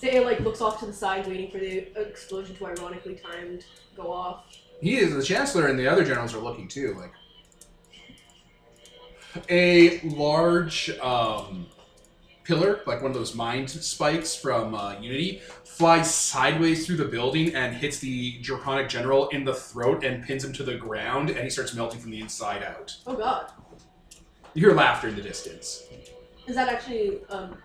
Speaker 2: Zaya like looks off to the side, waiting for the explosion to ironically timed go off.
Speaker 1: He is the chancellor, and the other generals are looking too. Like a large um, pillar, like one of those mind spikes from uh, Unity, flies sideways through the building and hits the draconic general in the throat and pins him to the ground, and he starts melting from the inside out.
Speaker 2: Oh god.
Speaker 1: You hear laughter in the distance.
Speaker 2: Is that actually, um,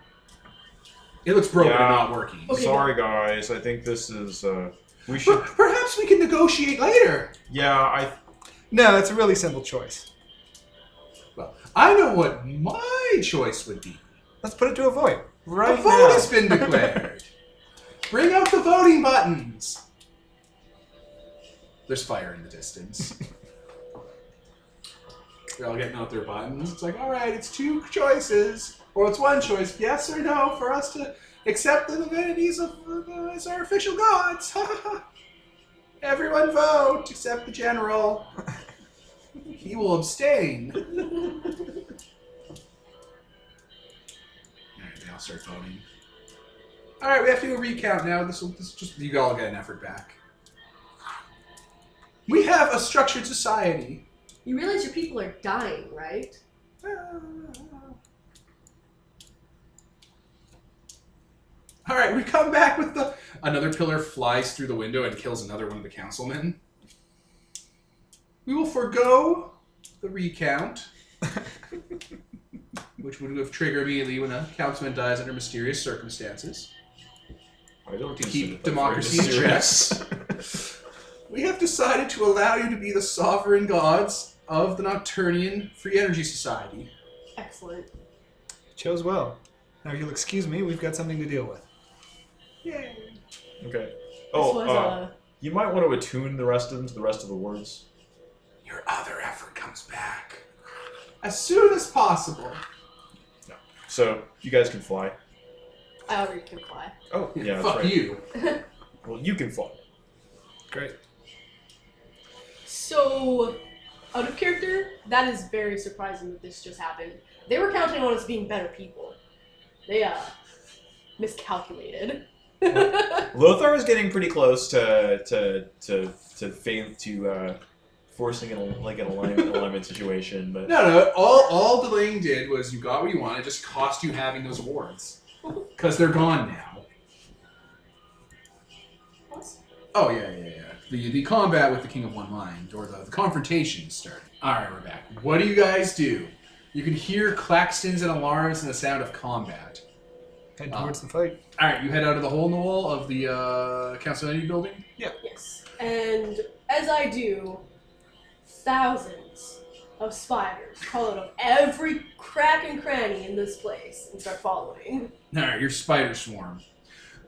Speaker 1: It looks broken
Speaker 4: Yeah.
Speaker 1: and not working.
Speaker 2: Okay.
Speaker 4: Sorry, guys. I think this is. Uh, we
Speaker 1: Per-
Speaker 4: should.
Speaker 1: Perhaps we can negotiate later.
Speaker 4: Yeah, I.
Speaker 3: No, it's a really simple choice.
Speaker 1: Well, I know what my choice would be.
Speaker 3: Let's put it to a void right
Speaker 1: the vote
Speaker 3: now.
Speaker 1: has been declared. Bring out the voting buttons. There's fire in the distance. They're all getting out their buttons. It's like, all right, it's two choices, or it's one choice, yes or no, for us to accept the divinities of uh, as our official gods. Everyone vote except the general. he will abstain. all right, they all start voting. All right, we have to do a recount now. This will this just you all get an effort back. We have a structured society. Ah.
Speaker 2: you realize your people are dying, right?
Speaker 1: All right, we come back with the another pillar flies through the window and kills another one of the councilmen. We will forego the recount which would have triggered immediately when a councilman dies under mysterious circumstances.
Speaker 4: I don't
Speaker 1: To
Speaker 4: consider
Speaker 1: keep
Speaker 4: that very
Speaker 1: democracy in check.
Speaker 4: serious.
Speaker 1: We have decided to allow you to be the sovereign gods of the Nocturnian Free Energy Society.
Speaker 2: Excellent.
Speaker 3: Chose well. Now, if you'll excuse me, we've got something to deal with.
Speaker 1: Yay!
Speaker 4: okay.
Speaker 2: this
Speaker 4: Oh,
Speaker 2: was
Speaker 4: uh, you might want to attune the rest of them to the rest of the words.
Speaker 1: Your other effort comes back as soon as possible.
Speaker 4: So you guys can fly.
Speaker 2: a. I already can fly.
Speaker 4: Oh, yeah, that's
Speaker 1: Fuck
Speaker 4: right.
Speaker 1: you.
Speaker 4: Well, you can fly.
Speaker 3: Great.
Speaker 2: So, out of character, that is very surprising that this just happened. They were counting on us being better people. They, uh, miscalculated.
Speaker 4: Lothar is getting pretty close to to to to faint to uh, forcing an like an alignment alignment situation, but
Speaker 1: No, no. All all Delaying did was you got what you wanted. It just cost you having those awards because they're gone now. Oh yeah, yeah, yeah. The the combat with the King of One Mind or the, the confrontation started. All right, we're back. What do you guys do? You can hear claxtons and alarms and the sound of combat.
Speaker 3: Head
Speaker 1: Ah.
Speaker 3: towards the fight.
Speaker 1: All right, you head out of the hole in the wall of the uh, Council Energy building.
Speaker 2: yes. And as I do, thousands of spiders crawl out of every crack and cranny in this place and start following.
Speaker 1: All right, your spider swarm.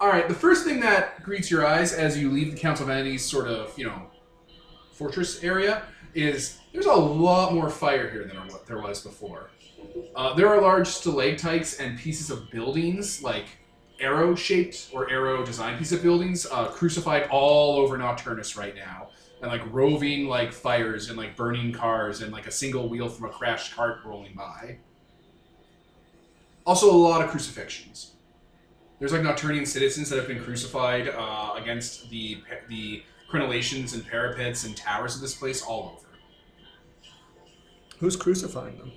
Speaker 1: All right, the first thing that greets your eyes as you leave the Council of Entities sort of, you know, fortress area is there's a lot more fire here than what there was before. Uh, there are large stalactites and pieces of buildings, like arrow shaped or arrow designed pieces of buildings, uh, crucified all over Nocturnus right now. And like roving like fires and like burning cars and like a single wheel from a crashed cart rolling by. Also, a lot of crucifixions. There's like Nocturnian citizens that have been crucified uh, against the pa- the crenellations and parapets and towers of this place all over.
Speaker 3: Who's crucifying them?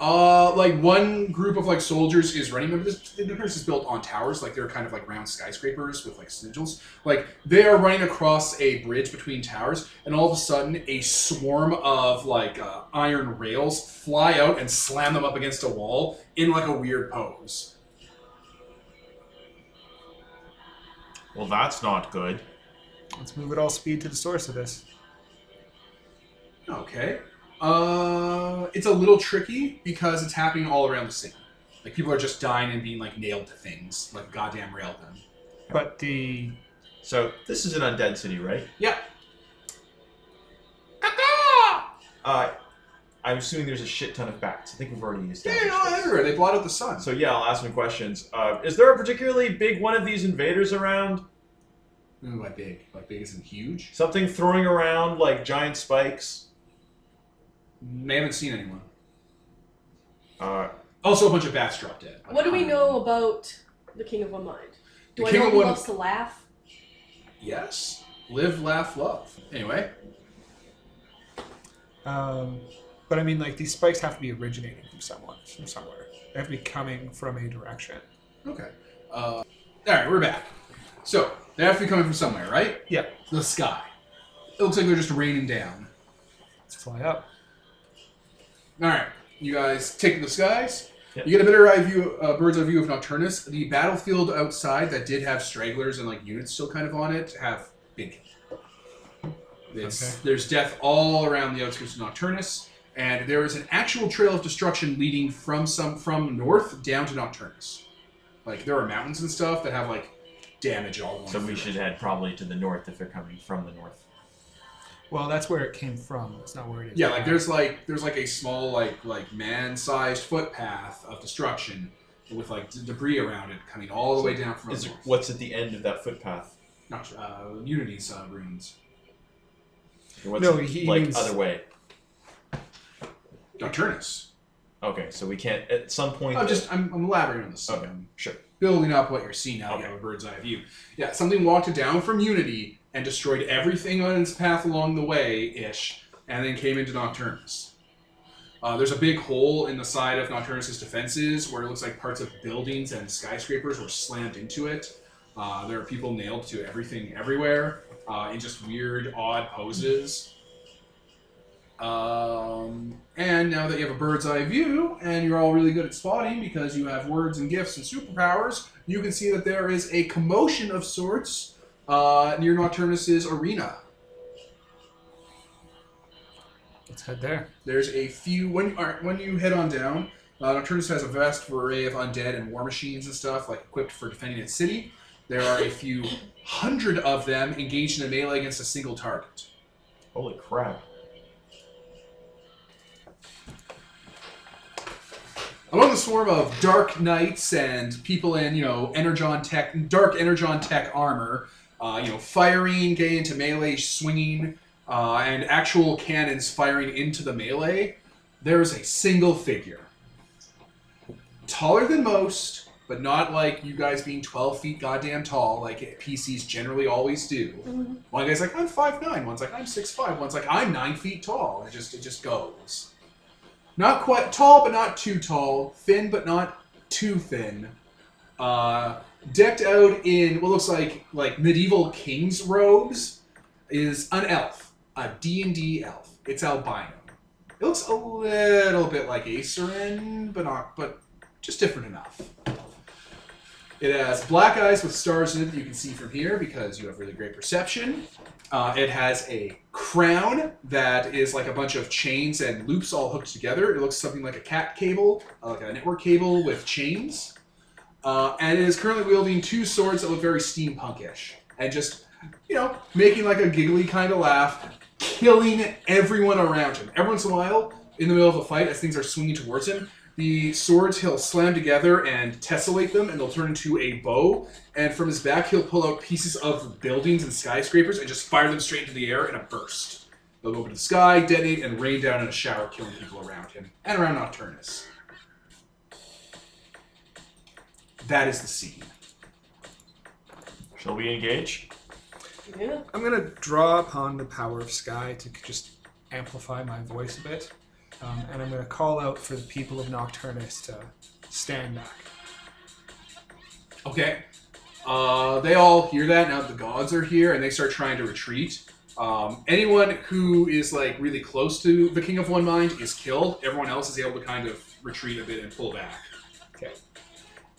Speaker 1: Uh, like one group of like soldiers is running. Remember, this the Nocturnus is built on towers. Like they're kind of like round skyscrapers with like sigils. Like they are running across a bridge between towers, and all of a sudden, a swarm of like uh, iron rails fly out and slam them up against a wall in like a weird pose.
Speaker 4: well, that's not good.
Speaker 3: Let's move at all speed to the source of this.
Speaker 1: Okay. Uh, it's a little tricky because it's happening all around the city. Like people are just dying and being like nailed to things, like goddamn railed them.
Speaker 3: But the
Speaker 4: So this is an undead city, right?
Speaker 1: Yeah.
Speaker 4: Uh, I'm assuming there's a shit ton of bats. I think we've already
Speaker 1: Yeah,
Speaker 4: established.
Speaker 1: no,
Speaker 4: this.
Speaker 1: everywhere. They blot out the sun.
Speaker 4: So yeah, I'll ask some questions. Uh, is there a particularly big one of these invaders around?
Speaker 1: Ooh, like big. Like big isn't huge.
Speaker 4: Something throwing around like giant spikes.
Speaker 1: They haven't seen anyone.
Speaker 4: Uh,
Speaker 1: Also, a bunch of bats dropped dead.
Speaker 2: What do we know about the King of One Mind? Do
Speaker 1: The
Speaker 2: I
Speaker 1: King
Speaker 2: know
Speaker 1: of
Speaker 2: he
Speaker 1: One-
Speaker 2: loves to laugh?
Speaker 1: Yes. Live, laugh, love. Anyway,
Speaker 3: Um, but I mean, like these spikes have to be originating from someone, from somewhere. They have to be coming from a direction.
Speaker 1: okay. Uh, all right, we're back. So they have to be coming from somewhere, right?
Speaker 3: Yeah,
Speaker 1: The sky. It looks like they're just raining down.
Speaker 3: let's fly up.
Speaker 1: All right, you guys take the skies.
Speaker 4: Yeah.
Speaker 1: You get a better eye view, uh, bird's eye view of Nocturnus. The battlefield outside that did have stragglers and like units still kind of on it have been killed. It's-
Speaker 3: Okay.
Speaker 1: There's death all around the outskirts of Nocturnus, and there is an actual trail of destruction leading from some from north down to Nocturnus. Like there are mountains and stuff that have like damage all. going
Speaker 4: so we
Speaker 1: through
Speaker 4: should
Speaker 1: it.
Speaker 4: head probably to the north if they're coming from the north.
Speaker 3: Well, that's where it came from. That's not where it is.
Speaker 1: Yeah, like
Speaker 3: now.
Speaker 1: there's like there's like a small like like man-sized footpath of destruction with like d- debris around it coming all the way down from
Speaker 4: Is
Speaker 1: the north.
Speaker 4: what's at the end of that footpath?
Speaker 1: Not tr- uh, Unity's uh, ruins.
Speaker 4: Or What's
Speaker 3: No, he
Speaker 4: like
Speaker 3: means-
Speaker 4: other way.
Speaker 1: Nocturnus.
Speaker 4: Okay, so we can't at some point.
Speaker 3: Oh,
Speaker 1: I'm just I'm, I'm elaborating on this.
Speaker 4: Okay.
Speaker 1: I'm
Speaker 4: sure.
Speaker 1: building up what you're seeing now. You
Speaker 4: Okay.
Speaker 1: have a bird's eye view. Yeah, something walked it down from Unity and destroyed everything on its path along the way ish, and then came into Nocturnus. Uh, there's a big hole in the side of Nocturnus's defenses where it looks like parts of buildings and skyscrapers were slammed into it. Uh, there are people nailed to everything everywhere uh, in just weird, odd poses. Uh, Um, and now that you have a bird's eye view and you're all really good at spotting because you have words and gifts and superpowers, you can see that there is a commotion of sorts uh, near Nocturnus's arena.
Speaker 3: Let's head there.
Speaker 1: There's a few when you are when you head on down. Uh, Nocturnus has a vast array of undead and war machines and stuff, like equipped for defending its city. There are a few hundred of them engaged in a melee against a single target.
Speaker 4: Holy crap.
Speaker 1: Among the swarm of dark knights and people in, you know, energon tech, dark energon tech armor, uh, you know, firing, getting into melee, swinging, uh, and actual cannons firing into the melee, there is a single figure. Taller than most, but not like you guys being 12 feet goddamn tall, like PCs generally always do.
Speaker 2: Mhm.
Speaker 1: One guy's like, I'm 5'9, one's like, I'm 6'5, one's like, I'm 9 feet tall. It just, it just goes. Not quite tall, but not too tall. Thin, but not too thin. Uh, decked out in what looks like like medieval king's robes, is an elf, a D and D elf. It's albino. It looks a little bit like Acerin, but not, but just different enough. It has black eyes with stars in it that you can see from here because you have really great perception. Uh, it has a crown that is like a bunch of chains and loops all hooked together. It looks something like a cat cable, uh, like a network cable with chains. Uh, and it is currently wielding two swords that look very steampunkish and just, you know, making like a giggly kind of laugh, killing everyone around him. Every once in a while, in the middle of a fight, as things are swinging towards him, the swords he'll slam together and tessellate them, and they'll turn into a bow. And from his back, he'll pull out pieces of buildings and skyscrapers and just fire them straight into the air in a burst. They'll go up into the sky, detonate, and rain down in a shower, killing people around him and around Nocturnus. That is the scene.
Speaker 4: Shall we engage?
Speaker 2: Yeah.
Speaker 3: I'm gonna draw upon the power of sky to c- just amplify my voice a bit, um, and I'm gonna call out for the people of Nocturnus to stand back.
Speaker 1: Okay. Uh, they all hear that now that the gods are here, and they start trying to retreat. Um, anyone who is like really close to the King of One Mind is killed. Everyone else is able to kind of retreat a bit and pull back.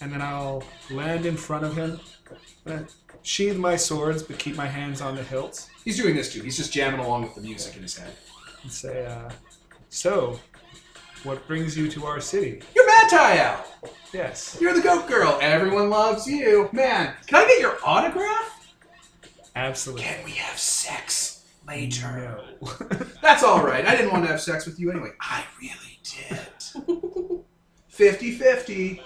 Speaker 3: and then I'll land in front of him. I'm gonna sheathe my swords, but keep my hands on the hilts,
Speaker 1: He's doing this too. He's just jamming along with the music in his head.
Speaker 3: and say, uh, "So, what brings you to our city?"
Speaker 1: You're Mad Tie Owl.
Speaker 3: Yes.
Speaker 1: You're the goat girl. Everyone loves you, man. Can I get your autograph?
Speaker 3: Absolutely.
Speaker 1: Can we have sex later?
Speaker 3: No.
Speaker 1: That's all right. I didn't want to have sex with you anyway. I really did. 50-50.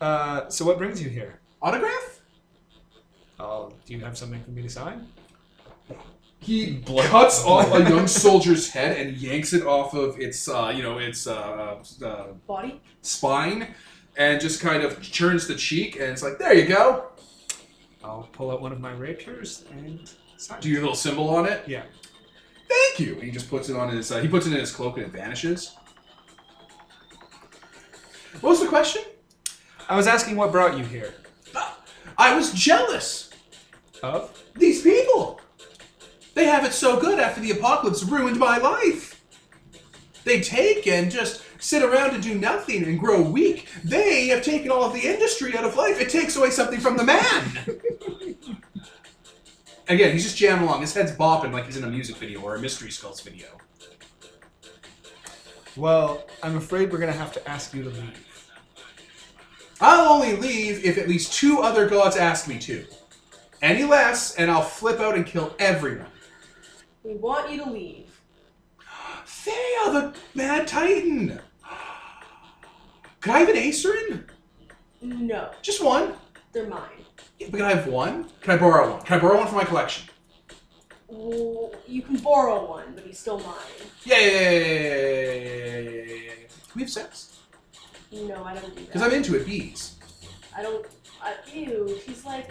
Speaker 3: uh, so, what brings you here?
Speaker 1: Autograph?
Speaker 3: Oh, do you have something for me to sign?
Speaker 1: He cuts off a young soldier's head and yanks it off of its, uh, you know, its uh, uh,
Speaker 2: Body.
Speaker 1: spine, and just kind of churns the cheek, and it's like, there you go.
Speaker 3: I'll pull out one of my rapiers and sign.
Speaker 1: Do your little symbol on it.
Speaker 3: Yeah.
Speaker 1: Thank you. He just puts it on his. Uh, he puts it in his cloak and it vanishes. What was the question?
Speaker 3: I was asking what brought you here.
Speaker 1: I was jealous.
Speaker 3: Of?
Speaker 1: These people. They have it so good after the apocalypse ruined my life. They take and just sit around and do nothing and grow weak. They have taken all of the industry out of life. It takes away something from the man. Again, he's just jamming along. His head's bopping like he's in a music video or a Mystery Skulls video.
Speaker 3: Well, I'm afraid we're gonna have to ask you to leave.
Speaker 1: I'll only leave if at least two other gods ask me to. Any less, and I'll flip out and kill everyone.
Speaker 2: We want you to leave.
Speaker 1: Thea, uh, the Mad Titan! Could I have an Acerin?
Speaker 2: No,
Speaker 1: Just one?
Speaker 2: they're mine.
Speaker 1: Yeah, but can I have one? Can I borrow one? Can I borrow one for my collection?
Speaker 2: Well, you can borrow one, but he's still mine.
Speaker 1: Yay! Can we have sex?
Speaker 2: No, I don't do that.
Speaker 1: Because I'm into it, bees.
Speaker 2: I don't. I, ew. She's like,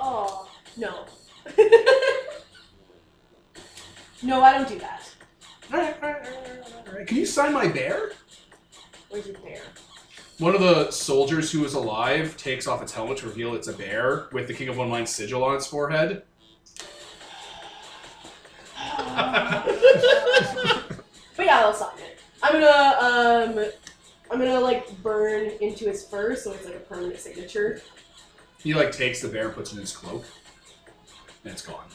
Speaker 2: oh no. no, I don't do that.
Speaker 1: Alright, alright, alright, alright. Can you sign my bear?
Speaker 2: Where's your bear?
Speaker 1: One of the soldiers who is alive takes off its helmet to reveal it's a bear with the King of One Mind sigil on its forehead.
Speaker 2: But yeah, I'll sign it. I'm gonna um, I'm gonna like burn into his fur, so it's like a permanent signature.
Speaker 7: He like takes the bear, puts it in his cloak, and it's gone.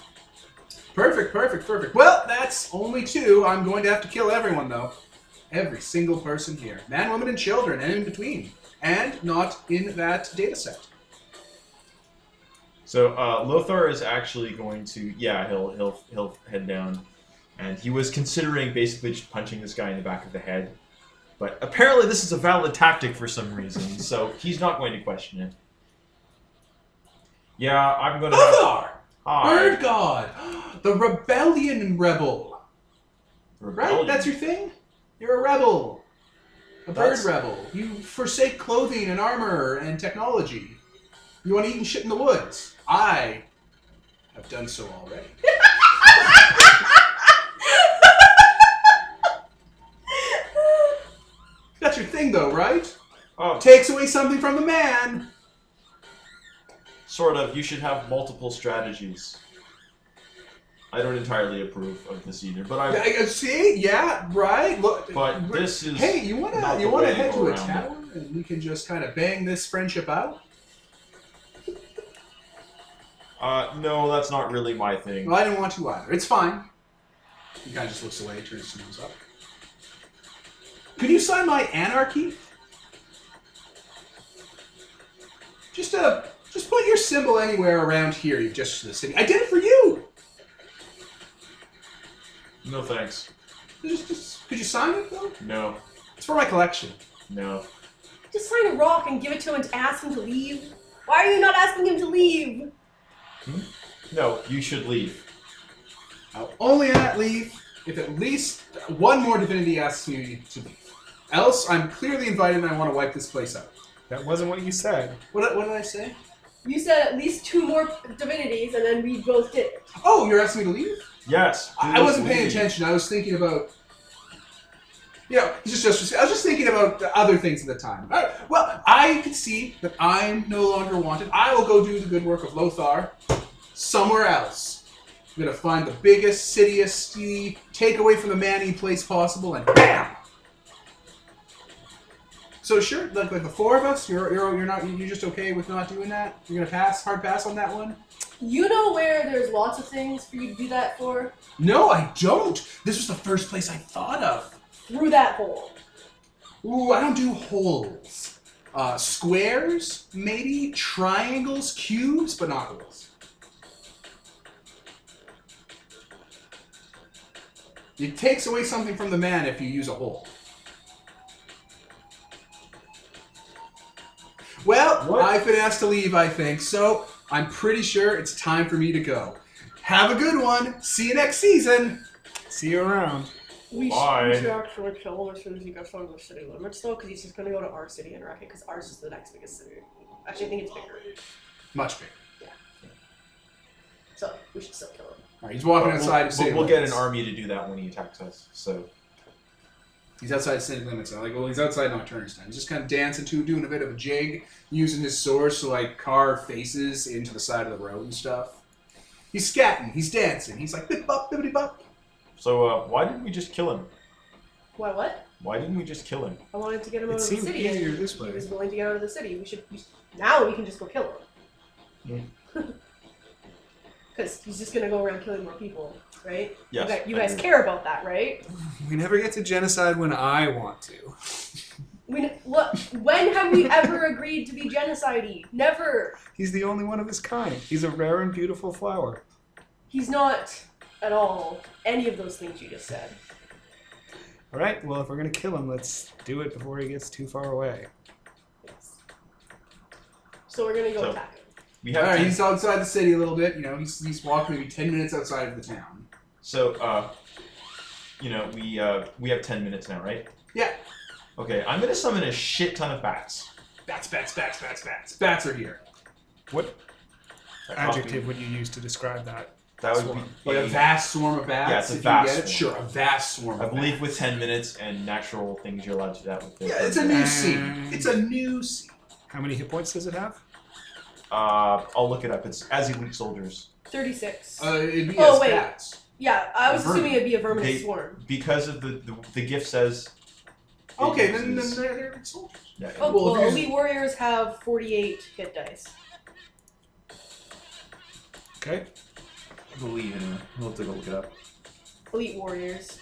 Speaker 1: Perfect, perfect, perfect. Well, that's only two. I'm going to have to kill everyone, though. Every single person here man, woman, and children, and in between. And not in that data set.
Speaker 4: So uh, Lothar is actually going to yeah he'll he'll he'll head down, and he was considering basically just punching this guy in the back of the head, but apparently this is a valid tactic for some reason, so he's not going to question it. Yeah, I'm gonna.
Speaker 1: Lothar!
Speaker 4: Hi.
Speaker 1: Bird God! The rebellion rebel! Right?
Speaker 4: Rebellion.
Speaker 1: That's your thing? You're a rebel. A bird
Speaker 4: That's-
Speaker 1: rebel. You forsake clothing and armor and technology. You want to eat shit in the woods. I have done so already. That's your thing, though, right?
Speaker 4: Oh,
Speaker 1: Takes away something from the man.
Speaker 4: sort of. You should have multiple strategies. I don't entirely approve of this either, but I.
Speaker 1: I- I- See? Yeah, right? Look.
Speaker 4: Uh,
Speaker 1: uh,
Speaker 4: But this is.
Speaker 1: Hey, you wanna
Speaker 4: not
Speaker 1: you
Speaker 4: the
Speaker 1: wanna
Speaker 4: way to
Speaker 1: head
Speaker 4: go
Speaker 1: to a
Speaker 4: around
Speaker 1: tower and we can just kind of bang this friendship out?
Speaker 4: Uh, no, that's not really my thing.
Speaker 1: Well, I didn't want to either. It's fine. He kind of just looks away, turns his nose up. Could you sign my anarchy? Just uh, just put your symbol anywhere around here. You just the city. I did it for you.
Speaker 4: No thanks.
Speaker 1: Just, just, could you sign it though?
Speaker 4: No.
Speaker 1: It's for my collection.
Speaker 4: No.
Speaker 2: Just sign a rock and give it to him and ask him to leave. Why are you not asking him to leave?
Speaker 4: No, you should leave.
Speaker 1: I'll only at leave if at least one more divinity asks me to leave. Else, I'm clearly invited and I want to wipe this place out.
Speaker 3: That wasn't what you said.
Speaker 1: What, did- what did I say?
Speaker 2: You said at least two more divinities, and then we both did. it.
Speaker 1: Oh, you're asking me to leave?
Speaker 4: Yes.
Speaker 1: I, I wasn't
Speaker 4: please
Speaker 1: paying
Speaker 4: leave.
Speaker 1: attention. I was thinking about. Yeah, just, just I was just thinking about the other things at the time. All right, well, I could see that I'm no longer wanted. I will go do the good work of Lothar somewhere else. I'm gonna find the biggest, sittiest, take away from the manny place possible, and bam. So sure, like, like the four of us, you're, you're you're not you're just okay with not doing that. You're gonna pass hard pass on that one.
Speaker 2: You know where there's lots of things for you to do that for?
Speaker 1: No, I don't. This was the first place I thought of.
Speaker 2: Through that hole.
Speaker 1: Ooh, I don't do holes. Uh, squares, maybe triangles, cubes, but not holes. It takes away something from the man if you use a hole. Well,
Speaker 4: What?
Speaker 1: I've been asked to leave, I think, so I'm pretty sure it's time for me to go. Have a good one. See you next season.
Speaker 3: See you around.
Speaker 2: We sh-
Speaker 4: Why?
Speaker 2: we should actually kill him as soon as he gets out of the city limits, though, because he's just going to go to our city and wreck it, because ours is the next biggest city. Actually, I think it's bigger.
Speaker 1: Much bigger.
Speaker 2: So we should still kill him.
Speaker 1: All right, he's walking
Speaker 4: But
Speaker 1: outside of
Speaker 4: We'll,
Speaker 1: city
Speaker 4: but we'll get an
Speaker 1: limits.
Speaker 4: army to do that when he attacks us. So
Speaker 1: He's outside city limits. I'm like, well, he's outside Nocturne's time. He's just kind of dancing to, doing a bit of a jig, using his swords to like carve faces into the side of the road and stuff. He's scatting. He's dancing. He's like, bip bop, bippity bop.
Speaker 4: so uh, why didn't we just kill him?
Speaker 2: Why what?
Speaker 4: Why didn't we just kill him?
Speaker 2: I wanted to get him out
Speaker 3: It
Speaker 2: of the
Speaker 3: seemed
Speaker 2: city.
Speaker 3: easier this
Speaker 2: He
Speaker 3: way.
Speaker 2: was willing to get out of the city. We should. We, now we can just go kill him.
Speaker 3: Hmm.
Speaker 2: Because he's just gonna go around killing more people, right?
Speaker 4: Yes.
Speaker 2: you guys, you
Speaker 4: I
Speaker 2: guys
Speaker 4: agree.
Speaker 2: care about that, right?
Speaker 3: We never get to genocide when I want to.
Speaker 2: We, n- what, when have we ever agreed to be genocide Never.
Speaker 3: He's the only one of his kind. He's a rare and beautiful flower.
Speaker 2: He's not at all any of those things you just said.
Speaker 3: All right. Well, if we're gonna kill him, let's do it before he gets too far away.
Speaker 2: Yes. So we're gonna go
Speaker 4: So-
Speaker 2: attack him.
Speaker 4: We
Speaker 1: All
Speaker 4: have
Speaker 1: right,
Speaker 4: to-
Speaker 1: he's outside the city a little bit. You know, he's, he's walked maybe ten minutes outside of the town.
Speaker 4: So, uh, you know, we uh, we have ten minutes now, right?
Speaker 1: Yeah.
Speaker 4: Okay, I'm gonna summon a shit ton of bats.
Speaker 1: Bats, bats, bats, bats, bats. Bats are here.
Speaker 3: What
Speaker 4: That
Speaker 3: adjective
Speaker 4: copy-
Speaker 3: would you use to describe that?
Speaker 4: That would
Speaker 3: swarm?
Speaker 4: be.
Speaker 1: Like a vast swarm of bats.
Speaker 4: Yeah, it's a
Speaker 1: if you
Speaker 4: vast
Speaker 1: get it.
Speaker 4: swarm.
Speaker 1: Sure, a vast swarm.
Speaker 4: I
Speaker 1: of
Speaker 4: believe
Speaker 1: bats.
Speaker 4: with ten minutes and natural things, you're allowed to do that with. the-
Speaker 1: Yeah, it's a new scene. It's a new scene.
Speaker 3: How many hit points does it have?
Speaker 4: Uh, I'll look it up. It's as elite soldiers.
Speaker 2: Thirty-six.
Speaker 1: Uh, it'd be
Speaker 2: Oh,
Speaker 1: as
Speaker 2: wait.
Speaker 1: bats.
Speaker 2: Yeah, I was
Speaker 5: Vermin.
Speaker 2: assuming it'd be a vermin
Speaker 5: They-
Speaker 2: swarm.
Speaker 5: Because of the, the, the gift says. it
Speaker 1: Okay, then, then
Speaker 5: uses-
Speaker 1: they're, they're good soldiers.
Speaker 5: yeah,
Speaker 2: Oh,
Speaker 1: Well,
Speaker 2: well,
Speaker 1: if you-
Speaker 2: elite warriors have 48 hit dice.
Speaker 3: Okay.
Speaker 5: I believe in it. We'll take a look it up.
Speaker 2: Elite warriors.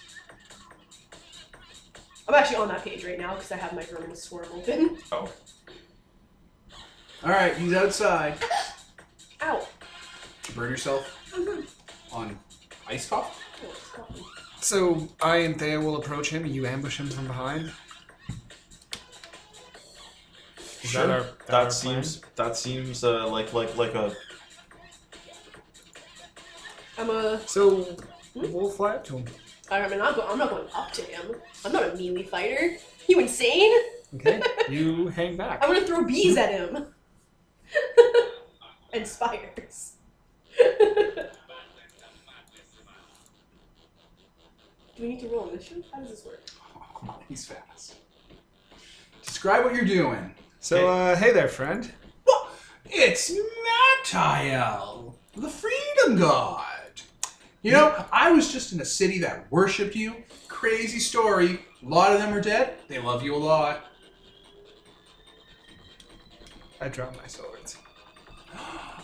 Speaker 2: I'm actually on that page right now because I have my vermin swarm open.
Speaker 5: Oh,
Speaker 1: All right, he's outside.
Speaker 2: Ow.
Speaker 1: Burn yourself on ice cough.
Speaker 2: Oh, it's coffee.
Speaker 3: So I and Thea will approach him. You ambush him from behind. Is that
Speaker 5: Sure.
Speaker 3: our-
Speaker 5: That,
Speaker 3: our plan?
Speaker 5: seems that seems uh, like like like a
Speaker 2: I'm a.
Speaker 3: So we'll fly up to him.
Speaker 2: I mean, I'm, go- I'm not going up to him. I'm not a melee fighter. You insane?
Speaker 3: Okay. you hang back.
Speaker 2: I'm gonna throw bees at him. and spires. Do we need to roll initiative? How does this work?
Speaker 1: Oh, come on, he's fast. Describe what you're doing.
Speaker 3: So uh, hey there, friend.
Speaker 1: It's Matiel, the freedom god. You know, I was just in a city that worshipped you. Crazy story. A lot of them are dead. They love you a lot.
Speaker 3: I dropped my swords.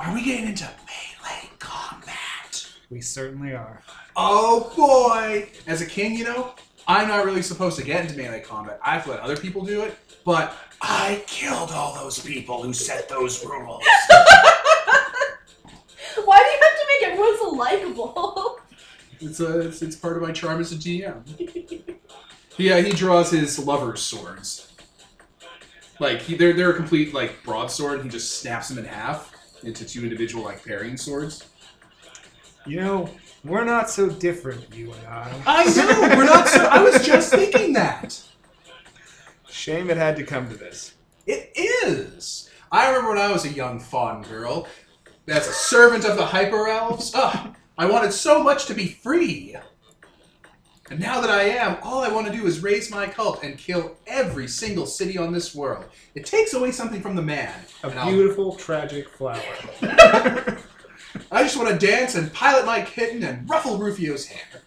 Speaker 1: Are we getting into melee combat?
Speaker 3: We certainly are.
Speaker 1: Oh boy! As a king, you know, I'm not really supposed to get into melee combat. I have to let other people do it, but I killed all those people who set those rules.
Speaker 2: Why do you have to make everyone so likable?
Speaker 1: It's a, it's, it's part of my charm as a GM. yeah, he draws his lover's swords. Like he, they're they're a complete like broadsword. He just snaps them in half into two individual like pairing swords.
Speaker 3: You know, we're not so different, you and I.
Speaker 1: I know we're not. So, I was just thinking that
Speaker 3: Shame it had to come to this.
Speaker 1: it is. I remember when I was a young fawn girl. That's a servant of the hyper elves. Ugh, I wanted so much to be free. And now that I am, all I want to do is raise my cult and kill every single city on this world. It takes away something from the man.
Speaker 3: A
Speaker 1: And I'll-
Speaker 3: beautiful, tragic flower.
Speaker 1: I just want to dance and pilot my kitten and ruffle Rufio's hair.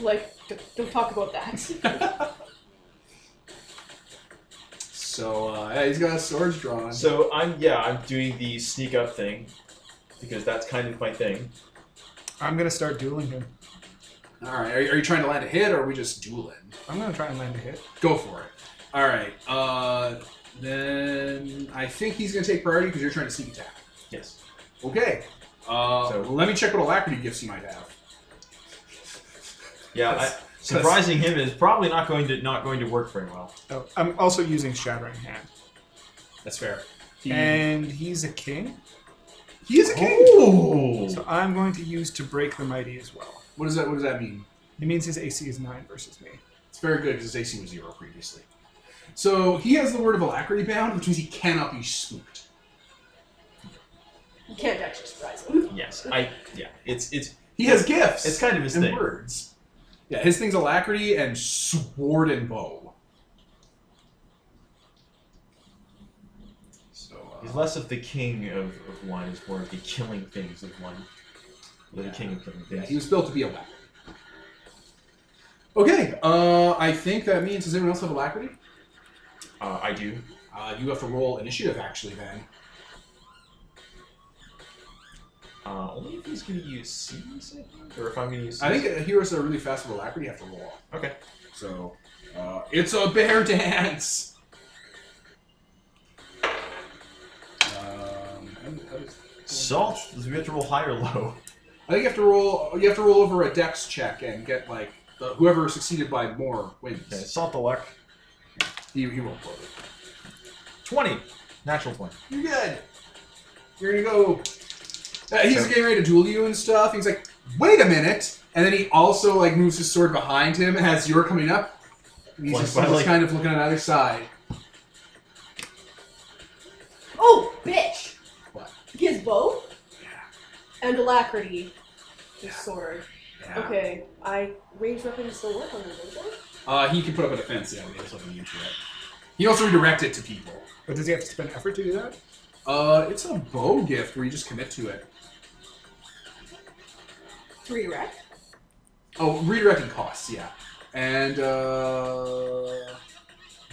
Speaker 2: like, don't, don't talk about that.
Speaker 1: So uh, yeah, he's got his swords drawn.
Speaker 5: So I'm yeah I'm doing the sneak up thing because that's kind of my thing.
Speaker 3: I'm gonna start dueling him.
Speaker 1: all right, are, are you trying to land a hit or are we just dueling?
Speaker 3: I'm gonna try and land a hit.
Speaker 1: Go for it. All right. Uh, then I think he's going to take priority because you're trying to sneak attack.
Speaker 5: Yes.
Speaker 1: Okay. Uh,
Speaker 5: So-
Speaker 1: let me check what alacrity gifts he might have.
Speaker 5: Yeah. I,
Speaker 1: That's-
Speaker 5: surprising him is probably not going to not going to work very well.
Speaker 3: Oh, I'm also using Shattering Hand,
Speaker 1: That's fair. He,
Speaker 3: and he's a king,
Speaker 1: he is a king. Oh.
Speaker 3: so I'm going to use to break the mighty as well.
Speaker 1: What does that? What does that mean?
Speaker 3: It means his AC is nine versus me.
Speaker 1: It's very good because his AC was zero previously. So he has the word of alacrity bound, which means he cannot be spooked.
Speaker 2: you can't actually surprise him.
Speaker 5: Yes. I yeah. It's it's
Speaker 1: He has gifts.
Speaker 5: it's kind of his
Speaker 1: and
Speaker 5: thing.
Speaker 1: words. Yeah, his thing's alacrity and sword and bow. So uh,
Speaker 5: He's less of the king of, of one. He's more of the killing things of one. The
Speaker 1: Yeah.
Speaker 5: king of killing
Speaker 1: yeah,
Speaker 5: things.
Speaker 1: he was built to be alacrity. Okay, uh, I think that means does anyone else have alacrity?
Speaker 5: Uh, I do.
Speaker 1: Uh, you have to roll initiative actually then.
Speaker 5: Uh, only if he's going to use C's, I think, or if I'm going to use. C's.
Speaker 1: I think uh, heroes that are really fast with alacrity have to roll off.
Speaker 5: Okay.
Speaker 1: So uh, it's a bear dance. Um, how- how does-
Speaker 5: Salt is we have to roll high or low.
Speaker 1: I think you have to roll. You have to roll over a dex check and get like the, whoever succeeded by more wins.
Speaker 5: Okay, salt the luck.
Speaker 1: He, he rolled low.
Speaker 5: Twenty, natural twenty.
Speaker 1: You're good. You're gonna go. Uh, he's getting ready to duel you and stuff. He's like, wait a minute, and then he also like moves his sword behind him as you're coming up. And he's
Speaker 5: Like,
Speaker 1: just,
Speaker 5: by,
Speaker 1: he's just
Speaker 5: like-
Speaker 1: kind of looking on either side.
Speaker 2: Oh, bitch!
Speaker 1: What?
Speaker 2: He has bow?
Speaker 1: Yeah.
Speaker 2: And alacrity. His
Speaker 1: Yeah.
Speaker 2: sword.
Speaker 1: Yeah.
Speaker 2: Okay, I range weapons still work on them, don't they?
Speaker 1: Uh, he can put up a defense. Yeah, he's looking into it. He also redirects it to people.
Speaker 3: But does he have to spend effort to do that?
Speaker 1: Uh, it's a bow gift where you just commit to it.
Speaker 2: redirect.
Speaker 1: Oh, redirecting costs, yeah. And uh,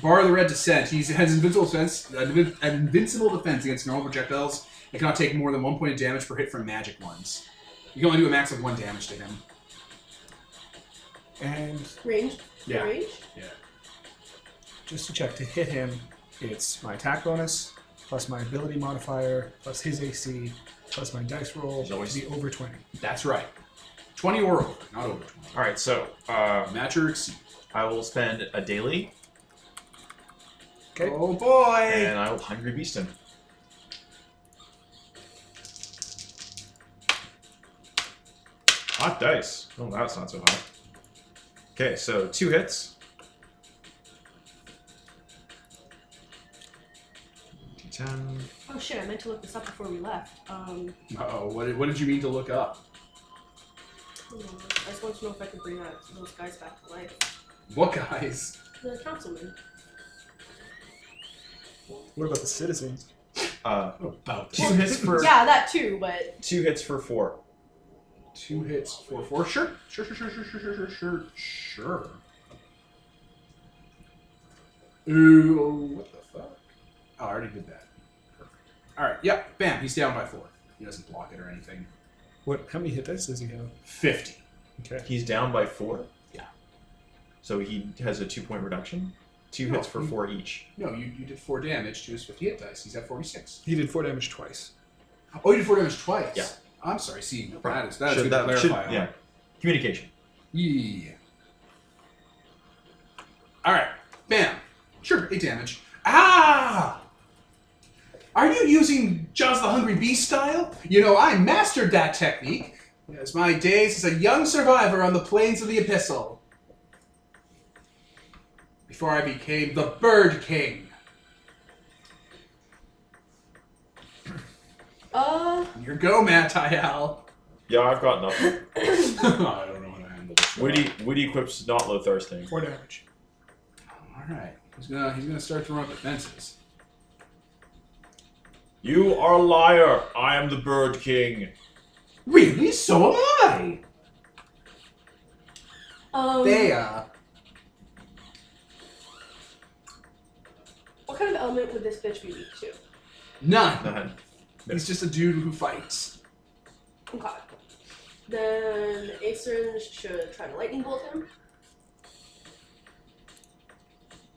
Speaker 1: Bar of the Red Descent. He has invincible defense, an invin- an invincible defense against normal projectiles. It cannot take more than one point of damage per hit from magic ones. You can only do a max of one damage to him.
Speaker 3: And
Speaker 2: Range.
Speaker 3: Yeah.
Speaker 2: Range.
Speaker 3: just to check to hit him, it's my attack bonus plus my ability modifier plus his AC plus my dice roll
Speaker 4: He's always-
Speaker 3: to be over twenty.
Speaker 1: That's right. Twenty or over, not over twenty.
Speaker 4: All right, so
Speaker 5: um,
Speaker 4: uh,
Speaker 1: Match or exceed.
Speaker 4: I will spend a daily,
Speaker 3: Okay.
Speaker 1: Oh boy!
Speaker 4: and I will hungry beast him. Hot dice. Oh, that's not so hot. Okay, so two hits. Ten.
Speaker 2: Oh shit! I meant to look this up before we left. Um,
Speaker 1: Uh oh, what did, what did you mean to look up?
Speaker 2: hold on. I just want to know if I can bring that, those guys back to life.
Speaker 1: What guys?
Speaker 2: The councilman.
Speaker 3: What about the citizens?
Speaker 4: Uh,
Speaker 1: About
Speaker 4: two hits for
Speaker 2: Yeah, that too. But
Speaker 4: two hits for four.
Speaker 1: Two hits for four. Sure. Sure, sure, sure, sure, sure, sure, sure, sure, sure. Ooh, oh, what the fuck? Oh, I already did that. Perfect. Alright, yep, bam, he's down by four. He doesn't block it or anything.
Speaker 3: What? How many hit dice does he have?
Speaker 1: 50.
Speaker 3: Okay.
Speaker 4: He's down by four.
Speaker 1: Yeah.
Speaker 4: So he has a two point reduction. Two
Speaker 1: No,
Speaker 4: hits for
Speaker 1: he-
Speaker 4: four each.
Speaker 1: No, you, you did four damage to his 50 hit dice. He's at 46.
Speaker 3: He did four damage twice.
Speaker 1: Oh, you did four damage twice?
Speaker 4: Yeah.
Speaker 1: I'm sorry, see, that is, that is
Speaker 4: Should
Speaker 1: good to
Speaker 4: that-
Speaker 1: clarify.
Speaker 4: should-
Speaker 1: on.
Speaker 4: yeah. Communication.
Speaker 1: Yeah. All right. Bam. Sure, eight damage. Ah! Are you using Jaws the Hungry Beast style? You know, I mastered that technique as my days as a young survivor on the plains of the Epistle. Before I became the Bird King.
Speaker 2: uh,
Speaker 1: Your go, Mattial.
Speaker 4: Yeah, I've got nothing.
Speaker 1: I don't know how to handle this.
Speaker 4: Woody Woody equips not low thirsting.
Speaker 3: Four damage.
Speaker 1: All right. He's gonna he's gonna start to run up the fences.
Speaker 4: You are a liar. I am the bird king.
Speaker 1: Really? So am I.
Speaker 2: um.
Speaker 1: Thea.
Speaker 2: What kind of element would this bitch be weak to?
Speaker 1: None.
Speaker 4: None.
Speaker 1: He's just a dude who fights.
Speaker 2: Okay. Then Acerin should try to lightning bolt him.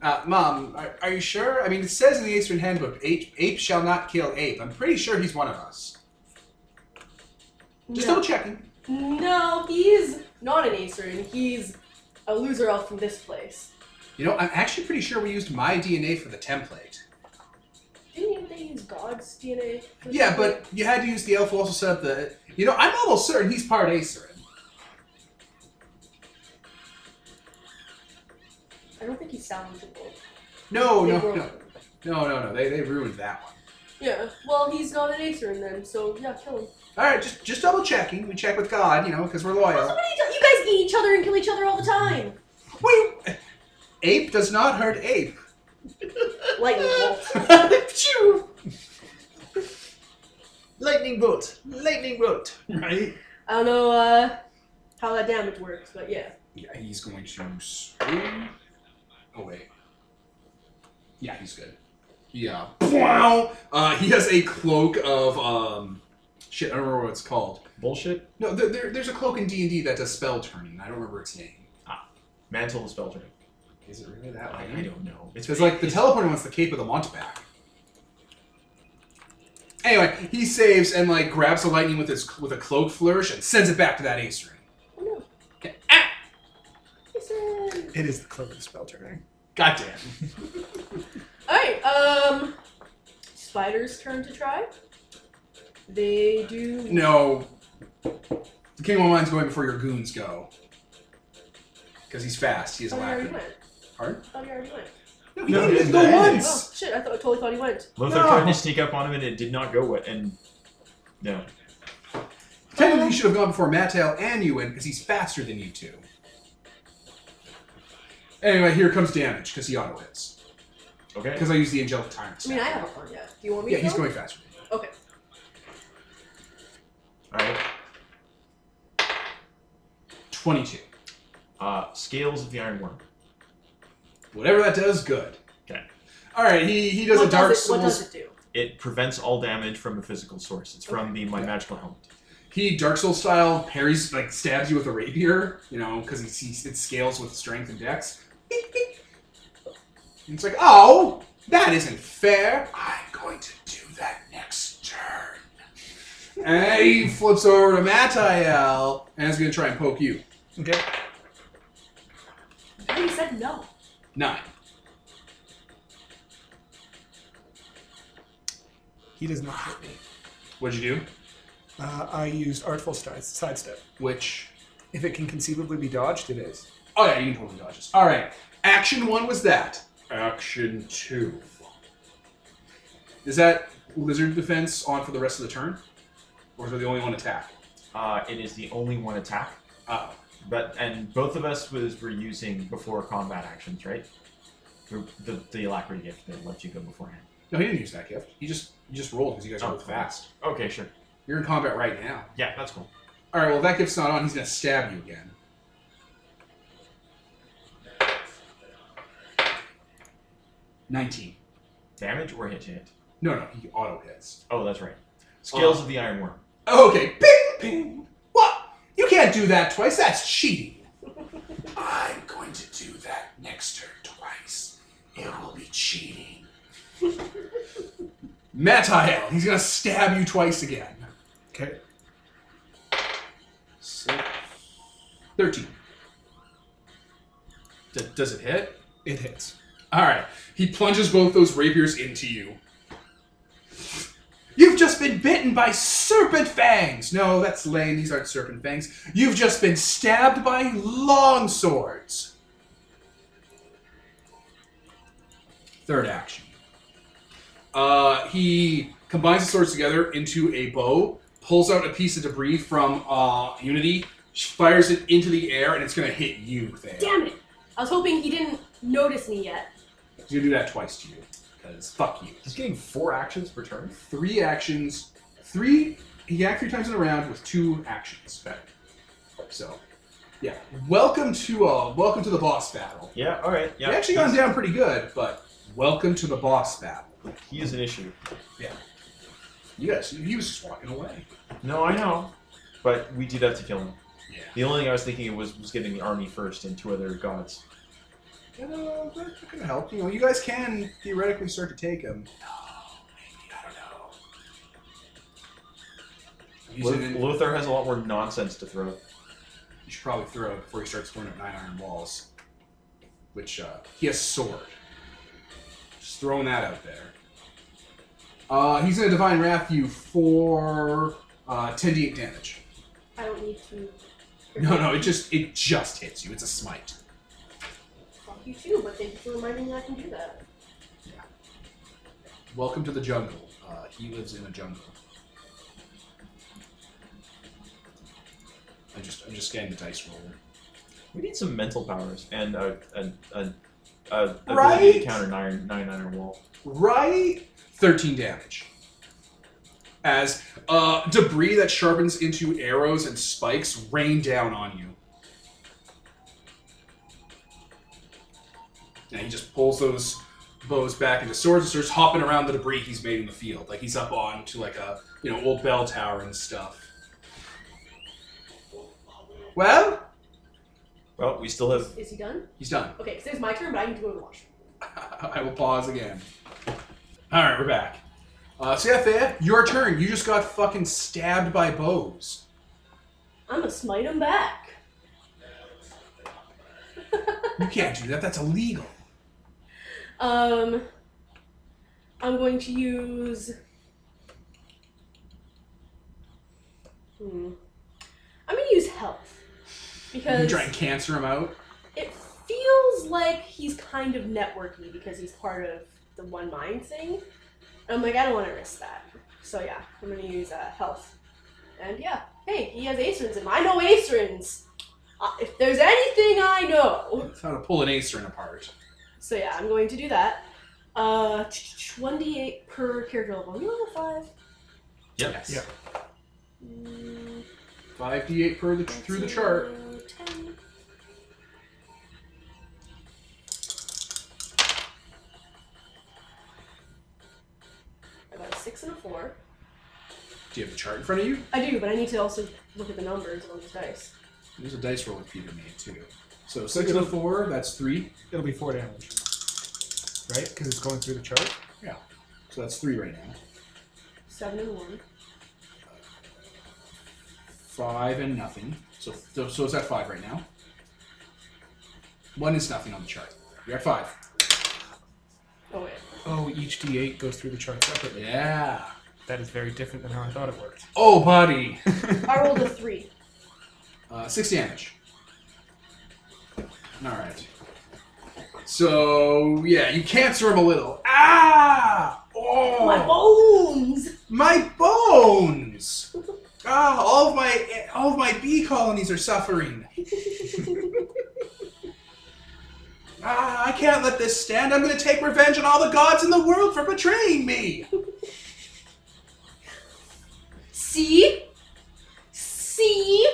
Speaker 1: Uh, Mom, are, are you sure? I mean, it says in the Eastern Handbook, ape, ape shall not kill ape. I'm pretty sure he's one of us. Just
Speaker 2: no.
Speaker 1: double checking.
Speaker 2: No, he's not an Acerin. He's a loser elf from this place.
Speaker 1: You know, I'm actually pretty sure we used my DNA for the template.
Speaker 2: Didn't they use God's DNA? for
Speaker 1: Yeah,
Speaker 2: something?
Speaker 1: but you had to use the elf who also set up the. You know, I'm almost certain he's part Acerin.
Speaker 2: I don't think he's salvageable.
Speaker 1: Oh, No,
Speaker 2: They
Speaker 1: no,
Speaker 2: broke
Speaker 1: no.
Speaker 2: him.
Speaker 1: No, no, no. They, they ruined that one.
Speaker 2: Yeah, well, he's not an Acerin then, so yeah, kill him.
Speaker 1: All right, just just double checking. We check with God, you know, because we're loyal.
Speaker 2: Also, what do you, do? you guys eat each other and kill each other all the time.
Speaker 1: Wait, ape does not hurt ape.
Speaker 2: Lightning bolt.
Speaker 1: Phew.
Speaker 5: Lightning bolt! Lightning bolt!
Speaker 1: right?
Speaker 2: I don't know uh, how that damage works, but yeah.
Speaker 1: Yeah, he's going to swing. Oh wait. Yeah, he's good. Yeah. Wow. Uh, he has a cloak of um, shit. I don't remember what it's called.
Speaker 4: Bullshit.
Speaker 1: No, there, there, there's a cloak in D and D that does spell turning. I don't remember its name.
Speaker 4: Mantle is Belgian.
Speaker 1: Is it really that?
Speaker 4: I, I don't know. It's
Speaker 1: Because like the teleporter wants the cape of the Montebac. Anyway, he saves and like grabs the lightning with his with a cloak flourish and sends it back to that ace ring.
Speaker 2: Oh no.
Speaker 1: Okay. Ah!
Speaker 2: Acerin.
Speaker 3: It is the cleverest spell turning.
Speaker 1: Goddamn.
Speaker 2: Alright, um. Spider's turn to try. They do.
Speaker 1: No. The King of Mine's going before your goons go. Because he's fast. He is
Speaker 2: Oh, he already
Speaker 1: lacking.
Speaker 2: went.
Speaker 1: Pardon?
Speaker 2: thought he already went.
Speaker 1: No,
Speaker 4: No,
Speaker 1: didn't
Speaker 4: he
Speaker 1: even
Speaker 4: didn't
Speaker 1: go
Speaker 4: go in.
Speaker 1: once!
Speaker 2: Oh shit! I thought, totally thought he went.
Speaker 4: Lothar
Speaker 1: No.
Speaker 4: tried to sneak up on him and it did not go well. And no,
Speaker 1: Technically,
Speaker 2: Uh,
Speaker 1: you should have gone before Mattel and Ewan because he's faster than you two. Anyway, here comes damage because he auto hits.
Speaker 4: okay.
Speaker 1: Because I use the angelic tyrant.
Speaker 2: I mean, I
Speaker 1: stat.
Speaker 2: haven't gone yet. Do you want me
Speaker 1: Yeah,
Speaker 2: to?
Speaker 1: he's
Speaker 2: go?
Speaker 1: going faster. Than you.
Speaker 2: Okay.
Speaker 4: All right.
Speaker 1: 22.
Speaker 4: Uh, scales of the iron worm.
Speaker 1: Whatever that does, good.
Speaker 4: Okay.
Speaker 1: All right, he, he does
Speaker 2: what
Speaker 1: a Dark
Speaker 2: does it, What
Speaker 1: Souls.
Speaker 2: does it do?
Speaker 4: It prevents all damage from a physical source. It's from the my
Speaker 1: Yeah.
Speaker 4: magical helmet.
Speaker 1: He Dark Souls style parries, like stabs you with a rapier, you know, because he, he it scales with strength and dex. Beep, beep. And it's like, oh, that isn't fair. I'm going to do that next turn. And he flips over to Matiel and is going to try and poke you.
Speaker 3: Okay.
Speaker 2: And he said no.
Speaker 1: Nine.
Speaker 3: He does not hit me.
Speaker 1: What'd you do?
Speaker 3: Uh, I used artful sti- sidestep.
Speaker 1: Which?
Speaker 3: If it can conceivably be dodged, it is.
Speaker 1: Oh yeah, you can totally dodge this. All right. Action one was that. Action two. Is that lizard defense on for the rest of the turn, or is it the only one attack?
Speaker 4: Uh, it is the only one attack.
Speaker 1: Uh,
Speaker 4: But and both of us was were using before combat actions, right? The the, the alacrity gift that lets you go beforehand.
Speaker 1: no, he didn't use that gift. He just he just rolled because you guys are
Speaker 4: Oh,
Speaker 1: both
Speaker 4: cool.
Speaker 1: fast.
Speaker 4: Okay, sure.
Speaker 1: You're in combat right now.
Speaker 4: Yeah, that's cool.
Speaker 1: All right. Well, if that gift's not on. He's gonna stab you again. Nineteen.
Speaker 4: Damage or hit to hit.
Speaker 1: No, no, he auto hits.
Speaker 4: Oh, that's right. Scales
Speaker 1: Uh.
Speaker 4: of the iron worm.
Speaker 1: Okay, ping, ping. What? You can't do that twice. That's cheating. I'm going to do that next turn twice. It will be cheating. Matael, he's gonna stab you twice again.
Speaker 3: Okay.
Speaker 1: Thirteen. D- does it hit?
Speaker 3: It hits.
Speaker 1: All right. He plunges both those rapiers into you. You've just been bitten by serpent fangs. No, that's lame. These aren't serpent fangs. You've just been stabbed by long swords. Third action. Uh, he combines the swords together into a bow, pulls out a piece of debris from uh, Unity, fires it into the air, and it's gonna hit you. Thea.
Speaker 2: Damn it! I was hoping he didn't notice me yet.
Speaker 1: You do that twice to you. Because fuck you.
Speaker 5: He's getting four actions per turn.
Speaker 1: Three actions. Three. He acts three times in a round with two actions. So, yeah. Welcome to uh, welcome to the boss battle.
Speaker 4: Yeah, all right. Yeah.
Speaker 1: You actually
Speaker 4: he's-
Speaker 1: gone down pretty good, but welcome to the boss battle.
Speaker 4: He is an issue.
Speaker 1: Yes, he was just walking away.
Speaker 4: No, I know. But we did have to kill him.
Speaker 1: Yeah.
Speaker 4: The only thing I was thinking of was was getting the army first and two other gods.
Speaker 1: You know, that that could help. You know, you guys can theoretically start to take him. I don't know. You
Speaker 4: Lo-
Speaker 1: should, you
Speaker 4: Lothar has a lot more nonsense to throw.
Speaker 1: should probably throw it before he starts throwing up nine iron walls. Which, uh, he has sword. Just throwing that out there. Uh, he's gonna divine wrath you for uh, 10d8 damage.
Speaker 2: I don't need to.
Speaker 1: No, no, it just it just hits you. It's a smite.
Speaker 2: Fuck you too, but thank you for reminding me I can do that.
Speaker 1: Welcome to the jungle. Uh, he lives in a jungle. I just I'm just scanning the dice roller.
Speaker 4: We need some mental powers and a a a, a ability
Speaker 1: Right?
Speaker 4: to counter nine nine iron wall.
Speaker 1: Right, thirteen damage. As uh, debris that sharpens into arrows and spikes rain down on you. And he just pulls those bows back into swords and starts hopping around the debris he's made in the field. Like he's up on to like a you know old bell tower and stuff. Well,
Speaker 4: Well, we still have
Speaker 2: Is he done?
Speaker 1: he's done.
Speaker 2: Okay, because it's my turn, but I need to go to the washroom.
Speaker 1: I will pause again. All right, we're back. Uh, so yeah, Thea, your turn. You just got fucking stabbed by bows.
Speaker 2: I'm gonna smite him back.
Speaker 1: You can't do that. That's illegal.
Speaker 2: Um, I'm going to use. Hmm. I'm gonna use health
Speaker 1: You
Speaker 2: because
Speaker 1: try and cancer him out.
Speaker 2: it feels like he's kind of networking because he's part of the one mind thing. And I'm like, I don't want to risk that. So yeah, I'm gonna use uh, health. And yeah, hey, he has acerins in him. I know acerins. Uh, if there's anything I know.
Speaker 1: That's how to pull an Aceryn apart.
Speaker 2: So yeah, I'm going to do that. Uh, 1d8 per character level. Are you level five?
Speaker 1: Yes.
Speaker 3: Yeah.
Speaker 2: Mm,
Speaker 1: Five d8 per the, through the chart.
Speaker 2: two, ten,
Speaker 1: in front of you?
Speaker 2: I do, but I need to also look at the numbers on these dice.
Speaker 1: There's a dice roller Peter made too. So six and a four, that's three.
Speaker 3: It'll be four damage. Right? Because it's going through the chart.
Speaker 1: So that's three right now.
Speaker 2: Seven and one.
Speaker 1: Five and nothing. So so, so it's at five right now. One is nothing on the chart. You're at five.
Speaker 2: Oh wait.
Speaker 3: Oh, each d8 goes through the chart separately.
Speaker 1: Yeah.
Speaker 3: That is very different than how I thought it worked.
Speaker 1: Oh, buddy.
Speaker 2: I rolled a three.
Speaker 1: Uh, six damage. All right. So yeah, you cancer him a little. Ah! Oh!
Speaker 6: My bones!
Speaker 1: My bones! Ah, all of my all of my bee colonies are suffering. ah, I can't let this stand. I'm going to take revenge on all the gods in the world for betraying me.
Speaker 2: See? See?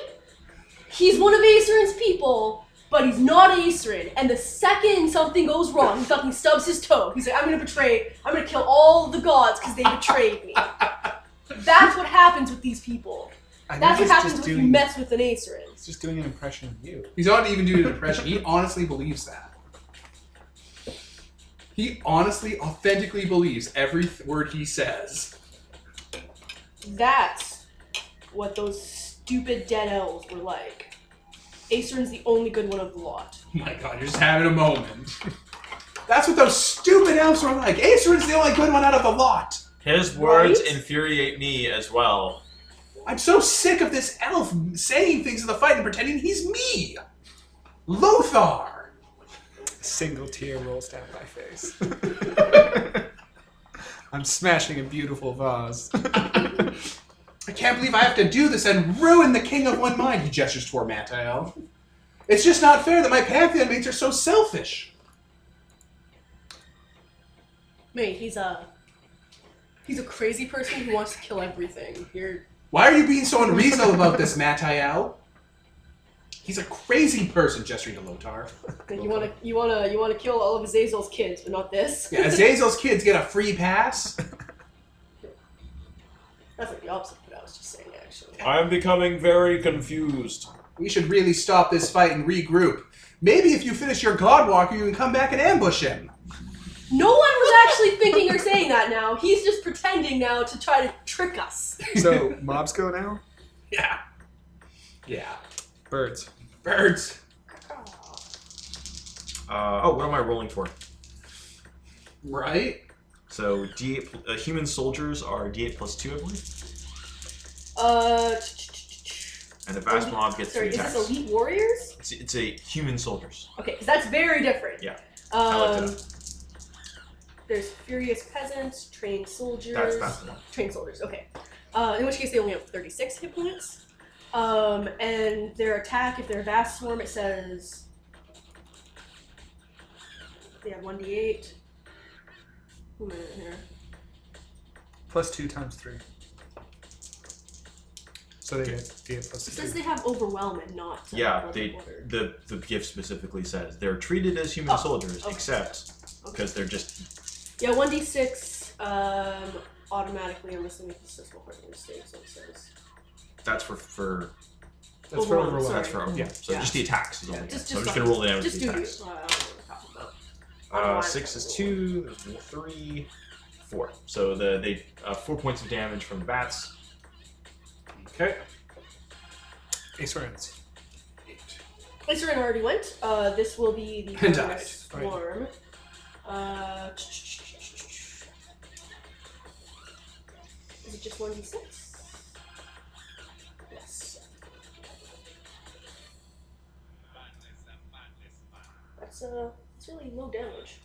Speaker 2: He's one of Aeserin's people, but he's not Aeserin. And the second something goes wrong, he fucking stubs his toe. He's like, I'm gonna betray, I'm gonna kill all the gods because they betrayed me. That's what happens with these people.
Speaker 3: I
Speaker 2: That's what
Speaker 3: think
Speaker 2: happens
Speaker 3: he's just
Speaker 2: when
Speaker 3: doing,
Speaker 2: you mess with an Aeserin.
Speaker 3: He's just doing an impression of you.
Speaker 1: He's not even due to depression. He honestly believes that. He honestly, authentically believes every th- word he says.
Speaker 2: That's what those stupid dead elves were like. Aeserin's the only good one of the lot.
Speaker 1: Oh My god, you're just having a moment. That's what those stupid elves were like. Aeserin's the only good one out of the lot.
Speaker 5: His words
Speaker 2: Right?
Speaker 5: infuriate me as well.
Speaker 1: I'm so sick of this elf saying things in the fight and pretending he's me. Lothar.
Speaker 3: A single tear rolls down my face. I'm smashing a beautiful vase.
Speaker 1: I can't believe I have to do this and ruin the king of one mind. He gestures toward Mantael. It's just not fair that my pantheon mates are so selfish.
Speaker 2: Mate, he's a he's a crazy person who wants to kill everything. You're
Speaker 1: Why are you being so unreasonable about this, Matael? He's a crazy person, gesturing to Lotar.
Speaker 2: Like, you want to you want to you want to kill all of Azazel's kids, but not this.
Speaker 1: Yeah, Azazel's kids get a free pass.
Speaker 2: That's like the opposite of what I was just saying, actually.
Speaker 4: I'm becoming very confused.
Speaker 1: We should really stop this fight and regroup. Maybe if you finish your Godwalker, you can come back and ambush him.
Speaker 2: No one was actually thinking or saying that. Now he's just pretending now to try to trick us.
Speaker 3: so, mobs go now?
Speaker 1: Yeah. Yeah.
Speaker 3: Birds.
Speaker 1: Birds.
Speaker 4: Uh, oh, what am I rolling for?
Speaker 1: Right?
Speaker 4: So D8, pl- uh, human soldiers are D8 plus two, I believe,
Speaker 2: Uh,
Speaker 4: and the vast mob gets
Speaker 2: sorry,
Speaker 4: three
Speaker 2: is this
Speaker 4: attacks.
Speaker 2: Elite Warriors?
Speaker 4: It's, it's a human soldiers.
Speaker 2: Okay, 'cause that's very different.
Speaker 4: Yeah. I
Speaker 2: Um,
Speaker 4: looked
Speaker 2: there's furious peasants, trained soldiers.
Speaker 4: That's that's the one.
Speaker 2: trained soldiers. Okay. Uh, in which case they only have 36 hit points. Um, and their attack, if they're vast swarm, it says they have 1d8. Who am I in here?
Speaker 3: Plus two times three. So they get D8 plus
Speaker 2: It says
Speaker 3: three.
Speaker 2: they have overwhelm and not. uh,
Speaker 4: Yeah,
Speaker 2: blood
Speaker 4: they
Speaker 2: order.
Speaker 4: the the gift specifically says they're treated as human
Speaker 2: Oh,
Speaker 4: soldiers,
Speaker 2: okay.
Speaker 4: except because they're just
Speaker 2: Yeah, 1d6 um, automatically, unless they make the system part of mistake, so it says.
Speaker 4: that's for for
Speaker 3: That's for
Speaker 2: Overwhelm,
Speaker 3: overwhelm.
Speaker 4: that's for
Speaker 2: Sorry.
Speaker 4: yeah. So
Speaker 2: Yeah.
Speaker 4: just the attacks is all.
Speaker 3: Yeah.
Speaker 4: we get.
Speaker 2: Just-
Speaker 4: so I'm
Speaker 2: just
Speaker 4: just gonna roll the damage.
Speaker 2: Just
Speaker 4: with the
Speaker 2: do.
Speaker 4: attacks.
Speaker 2: Uh, I don't know what I'm talking about.
Speaker 4: Uh,
Speaker 2: Online.
Speaker 4: six is two. There's more three, four. So the they uh, four points of damage from the bats.
Speaker 1: Okay.
Speaker 3: Ace Rens.
Speaker 2: Glycerin already went. Uh, this will be the
Speaker 1: And
Speaker 2: Icarus
Speaker 3: died. Right.
Speaker 2: swarm. Uh, is it just one d six? Yes. That's uh, it's really low damage.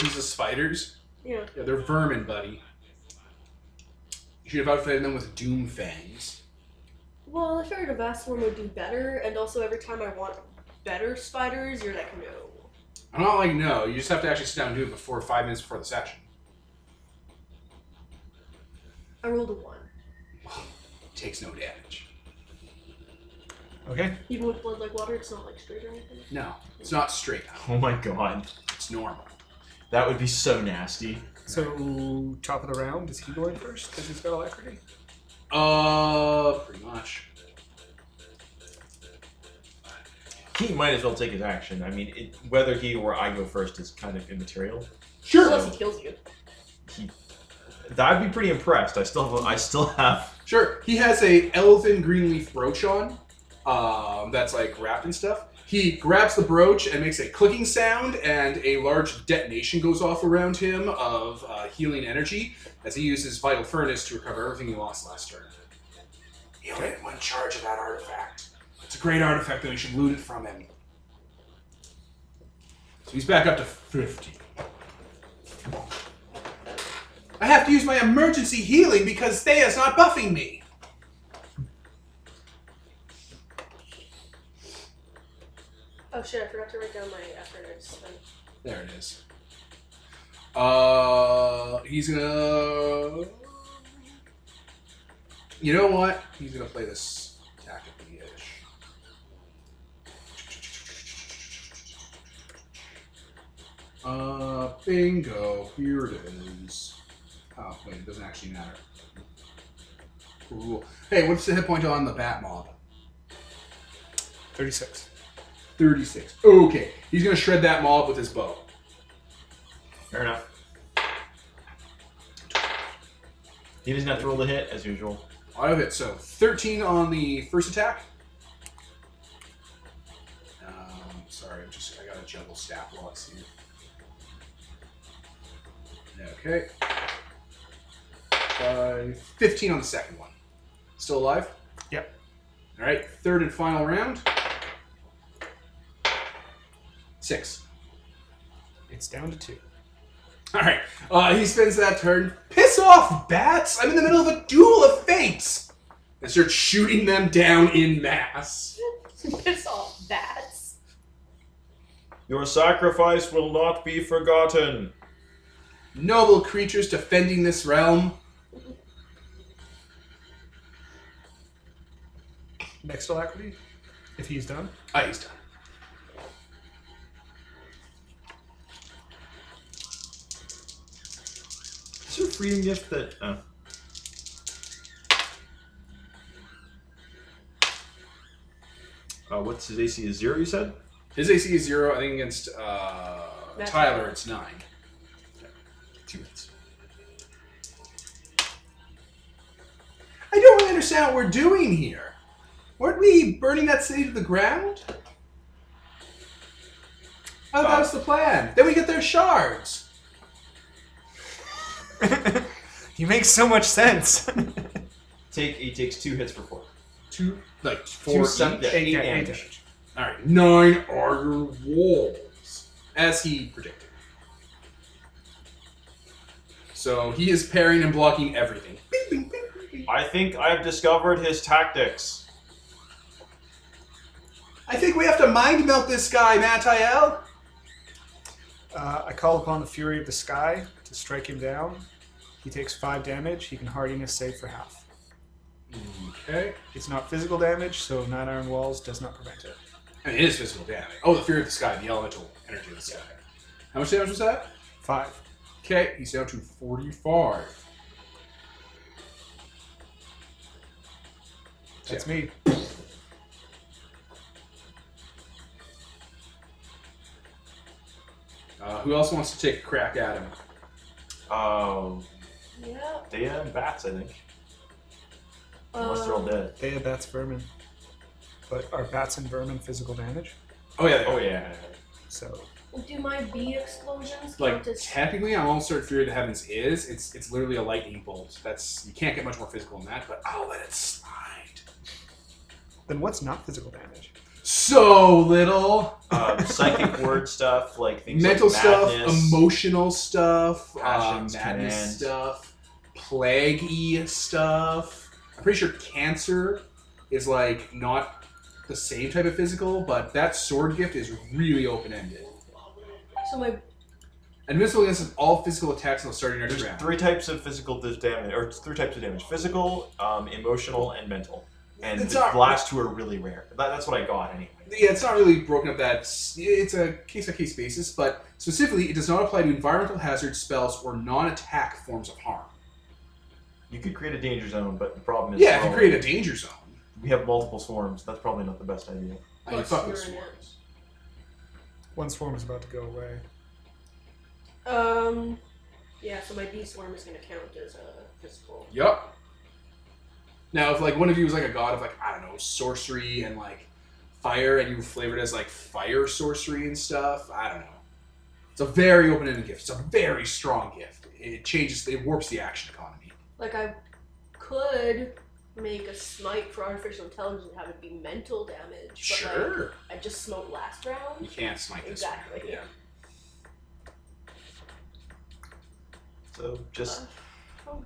Speaker 1: These are spiders.
Speaker 2: Yeah.
Speaker 1: Yeah, they're vermin, buddy. You should have outfitted them with doom fangs.
Speaker 2: Well, I figured a vast swarm would do better, and also every time I want better spiders, you're like no.
Speaker 1: I'm not like, no, you just have to actually sit down and do it before five minutes before the session.
Speaker 2: I rolled a one,
Speaker 1: Takes no damage.
Speaker 3: Okay.
Speaker 2: even with blood like water. It's not like straight or anything.
Speaker 1: No, it's not straight out.
Speaker 5: Oh my god.
Speaker 1: It's normal.
Speaker 5: That would be so nasty.
Speaker 3: So, top of the round, is he going first? Because he's got alacrity.
Speaker 1: Uh, pretty much.
Speaker 4: He might as well take his action. I mean, it, whether he or I go first is kind of immaterial.
Speaker 2: Unless he kills you.
Speaker 4: He, I'd be pretty impressed. I still, have, I still have.
Speaker 1: Sure. He has a elven green leaf brooch on, um, that's like wrapped in stuff. He grabs the brooch and makes a clicking sound, and a large detonation goes off around him of uh, healing energy as he uses vital furnace to recover everything he lost last turn. He only had one charge of that artifact. It's a great artifact, though. You should loot it from him. So he's back up to fifty. I have to use my emergency healing because Thea's not buffing me.
Speaker 2: Oh shit, I forgot to write down my effort. I just spent.
Speaker 1: There it is. Uh, he's gonna. You know what? He's gonna play this attack at the edge. Uh, bingo. Here it is. Oh, wait, it doesn't actually matter. Cool. Hey, what's the hit point on the Bat Mob?
Speaker 3: 36.
Speaker 1: 36. Okay. He's going to shred that mob with his bow.
Speaker 4: Fair enough. He doesn't have to roll the hit as usual.
Speaker 1: Auto hit. So 13 on the first attack. Um, sorry, I'm just I gotta juggle stat blocks here. Okay. Five, 15 on the second one. Still alive?
Speaker 3: Yep.
Speaker 1: All right. Third and final round. Six.
Speaker 3: It's down to two.
Speaker 1: All right. Uh, he spends that turn. Piss off, bats! I'm in the middle of a duel of fates. And starts shooting them down in mass.
Speaker 2: Piss off bats.
Speaker 4: Your sacrifice will not be forgotten.
Speaker 1: noble creatures defending this realm.
Speaker 3: Next alacrity, if he's done.
Speaker 1: Ah, he's done.
Speaker 4: Is there a freedom gift that? Oh. Uh, what's his AC? Is zero? You said.
Speaker 1: His AC is zero. I think against uh,
Speaker 2: That's-
Speaker 1: Tyler, it's nine.
Speaker 4: Two hits.
Speaker 1: I don't really understand what we're doing here. Weren't we burning that city to the ground? Oh, that
Speaker 4: Uh,
Speaker 1: was the plan. Then we get their shards.
Speaker 3: you make so much sense.
Speaker 4: Take he takes two hits for four.
Speaker 1: Two, like
Speaker 4: two
Speaker 1: four
Speaker 4: sep-
Speaker 1: each.
Speaker 4: yeah, eight,
Speaker 3: Yeah, eight
Speaker 4: damage.
Speaker 3: damage.
Speaker 1: All right, nine Arger walls, as he predicted. So he is parrying and blocking everything. Bing, bing, bing, bing, bing.
Speaker 4: I think I've discovered his tactics.
Speaker 1: I think we have to mind melt this guy, Matiel.
Speaker 3: Uh, I call upon the fury of the sky to strike him down. He takes five damage. He can hardiness save for half.
Speaker 1: Okay.
Speaker 3: It's not physical damage, so nine iron walls does not prevent it.
Speaker 1: I mean, it is physical damage. Oh, the fear of the sky, the elemental energy of the sky. How much damage was that?
Speaker 3: Five.
Speaker 1: Okay, he's down to 45.
Speaker 3: That's me.
Speaker 1: Uh, who else wants to take a crack at him?
Speaker 4: Oh,
Speaker 2: Yeah.
Speaker 4: they and bats, I think. Unless they're all
Speaker 2: Um,
Speaker 4: dead.
Speaker 3: They have bats vermin. But are bats and vermin physical damage?
Speaker 1: Oh, yeah.
Speaker 4: Oh yeah.
Speaker 3: So
Speaker 2: um, do my bee explosions
Speaker 1: Like
Speaker 2: count as?
Speaker 1: technically, on Almost Certain Fury of the Heavens is it's it's literally a lightning bolt. That's you can't get much more physical than that. But I'll let it slide.
Speaker 3: then what's not physical damage?
Speaker 1: So little
Speaker 4: Um, psychic word stuff, like things
Speaker 1: mental
Speaker 4: like
Speaker 1: stuff,
Speaker 4: madness.
Speaker 1: emotional stuff, uh,
Speaker 4: passions,
Speaker 1: madness
Speaker 4: commands.
Speaker 1: stuff, plaguey stuff. I'm pretty sure cancer is like not the same type of physical, but that sword gift is really open ended.
Speaker 2: so my
Speaker 1: Invincible against all physical attacks until starting next
Speaker 4: There's
Speaker 1: round.
Speaker 4: three types of physical dis- damage, or three types of damage: physical, um, emotional, and mental. And
Speaker 1: It's
Speaker 4: the
Speaker 1: not-
Speaker 4: last two are really rare. That, that's what I got anyway.
Speaker 1: yeah, it's not really broken up that it's a case by case basis, but specifically, it does not apply to environmental hazard spells or non attack forms of harm.
Speaker 4: You could create a danger zone, but the problem is
Speaker 1: Yeah, if
Speaker 4: we're
Speaker 1: you
Speaker 4: all-
Speaker 1: create a danger zone.
Speaker 4: we have multiple swarms. That's probably not the best idea.
Speaker 1: Oh, I mean,
Speaker 2: Plus
Speaker 1: fuck with
Speaker 2: you're in it.
Speaker 1: swarms.
Speaker 3: One swarm is about to go away.
Speaker 2: Um, yeah. So my bee swarm is gonna count as a physical.
Speaker 1: Yup. Now, if like one of you was like a god of like I don't know sorcery and like fire, and you were flavored as like fire sorcery and stuff, I don't know. It's a very open-ended gift. It's a very strong gift. It changes. It warps the action economy.
Speaker 2: Like I could make a smite for artificial intelligence and have it be mental damage. But Like,
Speaker 1: Sure.
Speaker 2: I just smoked last
Speaker 1: You
Speaker 2: round.
Speaker 1: can't smite this.
Speaker 2: Exactly. Uh,
Speaker 1: One. Yeah.
Speaker 4: So just
Speaker 2: Uh, oh.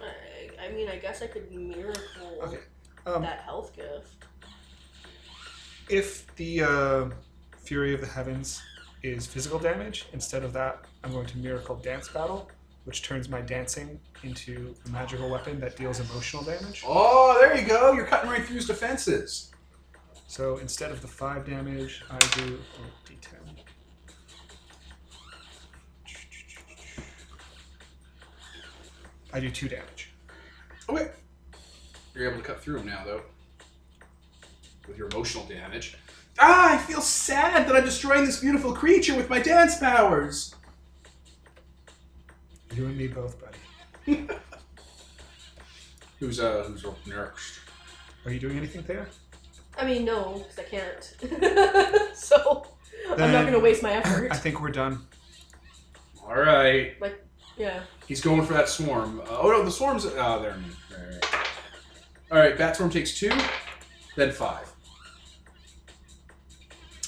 Speaker 2: I, I mean, I guess I could miracle
Speaker 3: Okay. Um,
Speaker 2: that health gift.
Speaker 3: if the uh, Fury of the Heavens is physical damage, instead of that, I'm going to Miracle Dance Battle, which turns my dancing into a magical weapon that deals emotional damage.
Speaker 1: Oh, there you go. You're cutting right through his defenses.
Speaker 3: So instead of the 5 damage, I do oh, d10. I do 2 damage.
Speaker 1: Okay. You're able to cut through him now, though, with your emotional damage. Ah, I feel sad that I'm destroying this beautiful creature with my dance powers.
Speaker 3: You and me both, buddy.
Speaker 1: Who's uh who's up next?
Speaker 3: Are you doing anything there?
Speaker 2: I mean, no, because I can't. so I'm not
Speaker 3: Then-
Speaker 2: gonna waste my effort.
Speaker 3: I think we're done.
Speaker 1: All right,
Speaker 2: yeah.
Speaker 1: he's going for that swarm. Uh, oh no, the swarm's uh there. I mean. All right, all right. All right, bat swarm takes two, then five.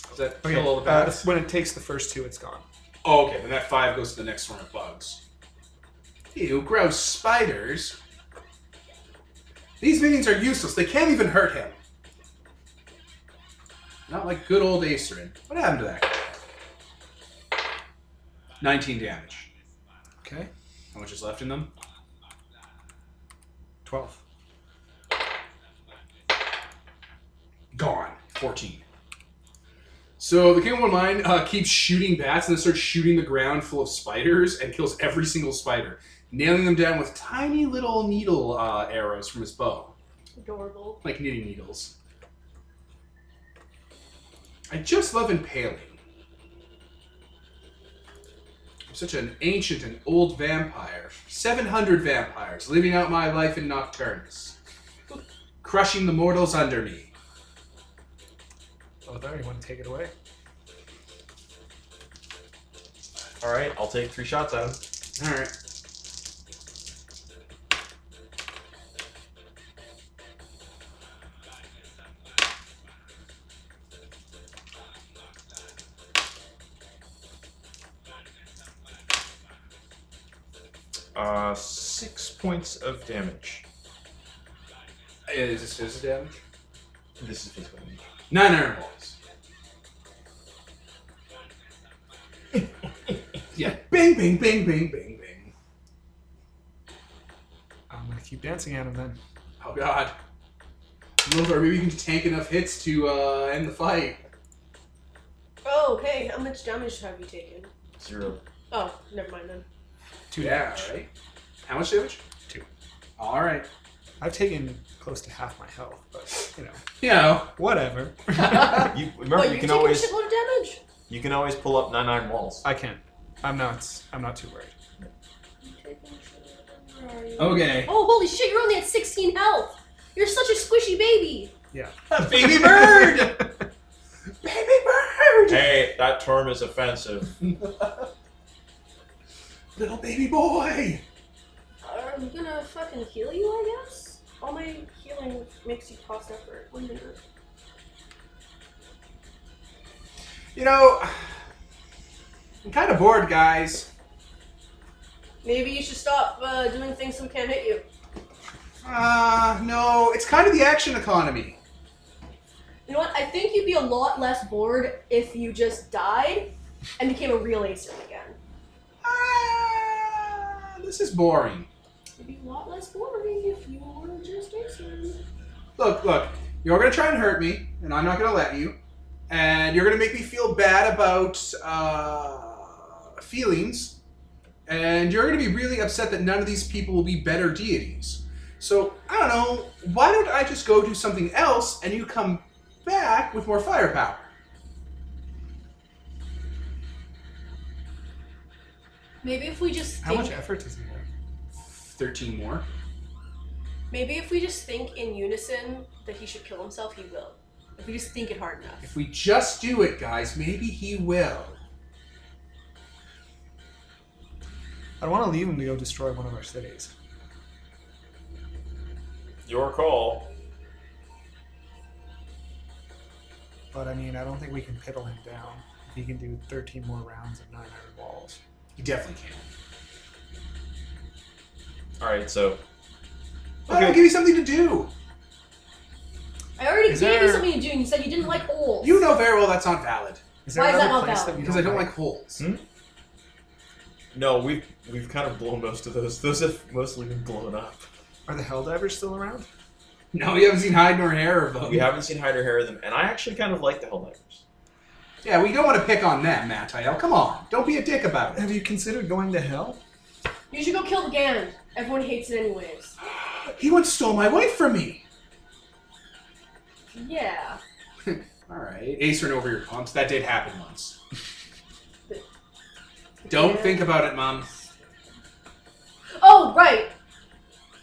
Speaker 1: Does that
Speaker 3: Okay,
Speaker 1: kill all the
Speaker 3: uh,
Speaker 1: bats?
Speaker 3: when it takes the first two, it's gone.
Speaker 1: oh, okay, then that five goes to the next swarm of bugs. Ew, gross spiders. These minions are useless. They can't even hurt him. Not like good old Acerin. What happened to that? guy? Nineteen damage.
Speaker 3: Okay.
Speaker 1: How much is left in them?
Speaker 3: 12.
Speaker 1: Gone. 14. So the King of One Mind uh, keeps shooting bats and then starts shooting the ground full of spiders and kills every single spider, nailing them down with tiny little needle uh, arrows from his bow,
Speaker 2: Adorable.
Speaker 1: like knitting needles. I just love impaling. I'm such an ancient and old vampire. 700 vampires, living out my life in Nocturnus, crushing the mortals under me.
Speaker 3: Oh, there, you want to take it away?
Speaker 4: all right. I'll take three shots at him.
Speaker 1: All right.
Speaker 4: Uh, six points of damage.
Speaker 1: Is this physical damage?
Speaker 4: This is physical damage.
Speaker 1: Nine iron balls. yeah. Bing, bing, bing, bing, bing, bing.
Speaker 3: I'm going to keep dancing at him then.
Speaker 1: Oh god. Lothar, maybe you can tank enough hits to uh, end the fight.
Speaker 2: Oh, hey, how much damage have you taken?
Speaker 4: Zero.
Speaker 2: Oh, never mind then.
Speaker 3: Two damage.
Speaker 1: right? How much damage?
Speaker 3: Two.
Speaker 1: All right.
Speaker 3: I've taken close to half my health, but you know,
Speaker 1: You know.
Speaker 3: whatever.
Speaker 4: You remember
Speaker 2: oh,
Speaker 4: you
Speaker 2: you're
Speaker 4: can
Speaker 2: taking
Speaker 4: always
Speaker 2: a shitload of damage.
Speaker 4: you can always pull up nine iron walls.
Speaker 3: I can. I'm not. I'm not too worried.
Speaker 2: Where are you?
Speaker 1: Okay.
Speaker 2: Oh, holy shit! You're only at 16 health. You're such a squishy baby.
Speaker 1: Baby bird. Baby bird.
Speaker 4: Hey, that term is offensive.
Speaker 1: Little baby boy.
Speaker 2: I'm gonna fucking heal you, I guess. All my healing makes you cost effort. One minute.
Speaker 1: You know, I'm kind of bored, guys.
Speaker 2: Maybe you should stop uh, doing things so we can't hit you.
Speaker 1: Uh, no, it's kind of the action economy.
Speaker 2: You know what? I think you'd be a lot less bored if you just died and became a real acer again.
Speaker 1: Ah, this is boring.
Speaker 2: It'd be a lot less boring if you were just acer.
Speaker 1: Look, look, you're gonna try and hurt me, and I'm not gonna let you, and you're gonna make me feel bad about uh, feelings, and you're going to be really upset that none of these people will be better deities. So I don't know. Why don't I just go do something else, and you come back with more firepower?
Speaker 8: Maybe if we just
Speaker 3: How
Speaker 8: think,
Speaker 3: much effort does he have?
Speaker 1: Thirteen more.
Speaker 8: maybe if we just think in unison that he should kill himself, he will. If we just think it hard enough.
Speaker 1: If we just do it, guys, maybe he will.
Speaker 3: I want to leave him to go destroy one of our cities.
Speaker 4: Your call.
Speaker 3: But I mean, I don't think we can piddle him down. If he can do 13 more rounds of 900 walls.
Speaker 9: You definitely can.
Speaker 4: All right, so
Speaker 1: Why don't I give you something to do?
Speaker 2: I already
Speaker 3: Is
Speaker 2: gave you
Speaker 3: there-
Speaker 2: something to do, and you said you didn't like holes.
Speaker 1: You know very well that's not valid
Speaker 3: Is
Speaker 2: Why is that
Speaker 3: another
Speaker 2: not valid?
Speaker 3: we
Speaker 1: because I don't like holes.
Speaker 4: Hmm? no, we've we've kind of blown most of those. Those have mostly been blown up.
Speaker 3: Are the Helldivers still around?
Speaker 1: No, you haven't seen hide nor hair of them.
Speaker 4: We haven't seen hide or hair of them, and I actually kind of like the Helldivers.
Speaker 1: Yeah, we don't want to pick on them, Mattel. Come on, don't be a dick about it.
Speaker 3: Have you considered going to Hell?
Speaker 2: You should go kill the Gan. Everyone hates it anyways.
Speaker 1: He once stole my wife from me.
Speaker 2: Yeah.
Speaker 1: All right, Ace ran over your pumps. That did happen once.
Speaker 2: Yeah.
Speaker 1: Don't think about it, Mom.
Speaker 2: Oh right.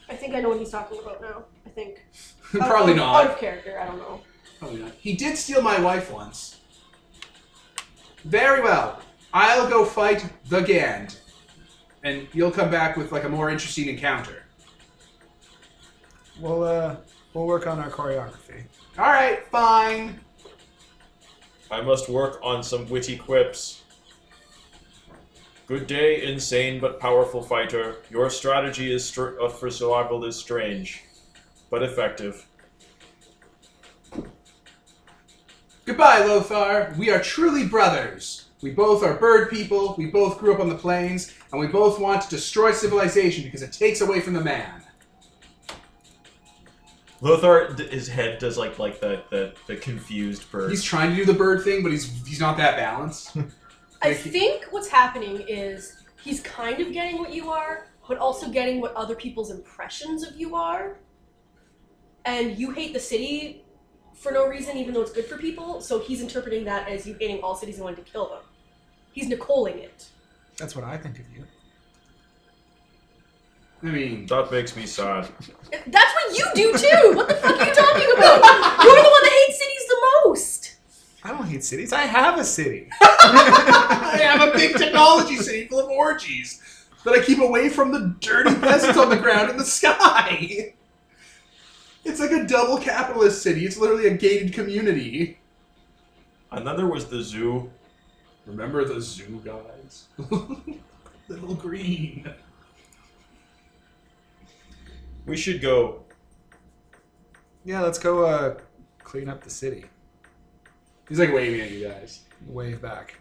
Speaker 2: I think I know what he's talking about now. I think.
Speaker 1: Probably
Speaker 2: Out- Out
Speaker 1: not.
Speaker 2: of character. I don't know.
Speaker 1: Probably not. He did steal my wife once. Very well. I'll go fight the Gand, and you'll come back with like a more interesting encounter.
Speaker 3: We'll uh, we'll work on our choreography.
Speaker 1: All right, fine.
Speaker 4: I must work on some witty quips. Good day, insane but powerful fighter. Your strategy is str- uh, for survival is strange, but effective.
Speaker 1: Goodbye, Lothar. We are truly brothers. We both are bird people, we both grew up on the plains, and we both want to destroy civilization because it takes away from the man.
Speaker 4: Lothar, d- his head does like like the the, the confused bird.
Speaker 1: He's trying to do the bird thing, but he's he's not that balanced.
Speaker 2: I
Speaker 1: Like he-
Speaker 2: think what's happening is he's kind of getting what you are, but also getting what other people's impressions of you are. And you hate the city for no reason, even though it's good for people. So he's interpreting that as you hating all cities and wanting to kill them. He's Nicoling it.
Speaker 3: That's what I think of you.
Speaker 1: I mean,
Speaker 4: that makes me sad.
Speaker 2: That's what you do too. What the fuck are you talking about? You're the one that hates cities the most.
Speaker 3: I don't hate cities. I have a city.
Speaker 1: I have a big technology city full of orgies that I keep away from the dirty peasants on the ground in the sky. It's like a double capitalist city. It's literally a gated community.
Speaker 4: Another was the zoo.
Speaker 1: Remember the zoo guys? Little green.
Speaker 4: We should go.
Speaker 3: Yeah, let's go uh, clean up the city.
Speaker 1: He's like waving at you guys.
Speaker 3: Wave back.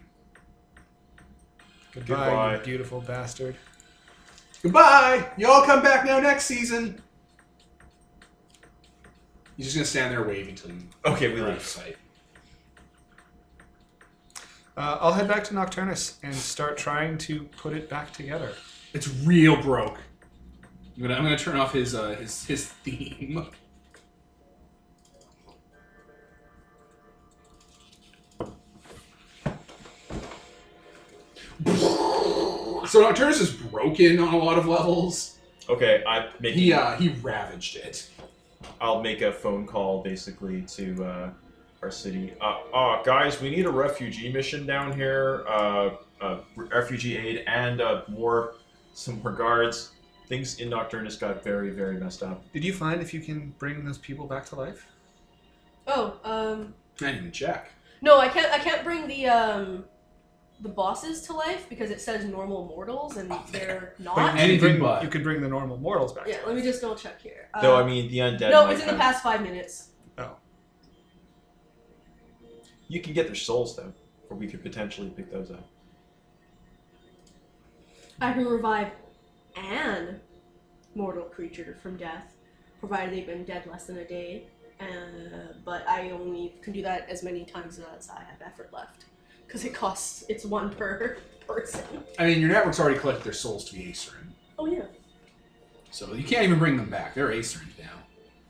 Speaker 3: Goodbye,
Speaker 4: Goodbye.
Speaker 3: you beautiful bastard.
Speaker 1: Goodbye. Y'all come back now next season. He's just gonna stand there waving till you.
Speaker 4: Okay, we
Speaker 9: You're out of
Speaker 4: leave.
Speaker 9: sight.
Speaker 3: Uh, I'll head back to Nocturnus and start trying to put it back together.
Speaker 1: It's real broke. I'm gonna, I'm gonna turn off his uh, his his theme. So Nocturnus is broken on a lot of levels.
Speaker 4: Okay, I make.
Speaker 1: He uh, he ravaged it.
Speaker 4: I'll make a phone call basically to uh, our city. Uh, uh, guys, we need a refugee mission down here. Uh, uh, refugee aid and uh, more, some more guards. Things in Nocturnus got very, very messed up.
Speaker 3: Did you find if you can bring those people back to life?
Speaker 8: Oh, um,
Speaker 1: I didn't even check.
Speaker 8: no, I can't. I can't bring the um, the bosses to life because it says normal mortals and
Speaker 2: Oh,
Speaker 8: they're
Speaker 3: But
Speaker 8: not.
Speaker 1: man.
Speaker 3: you,
Speaker 1: Anything
Speaker 3: could bring,
Speaker 1: but.
Speaker 3: you could bring the normal mortals back.
Speaker 8: Yeah,
Speaker 3: to
Speaker 8: let me
Speaker 3: life.
Speaker 8: just double check here. Uh,
Speaker 4: Though I mean, the undead.
Speaker 8: no,
Speaker 4: might
Speaker 8: it's in the
Speaker 4: have-
Speaker 8: past five minutes.
Speaker 4: You can get their souls though, or we could potentially pick those up.
Speaker 8: I can revive an mortal creature from death, provided they've been dead less than a day. Uh, but I only can do that as many times as I have effort left.
Speaker 2: because it costs it's one per person.
Speaker 1: I mean, your network's already collected their souls to be Aesorin,
Speaker 2: Oh yeah,
Speaker 1: so you can't even bring them back. They're Aesorin now.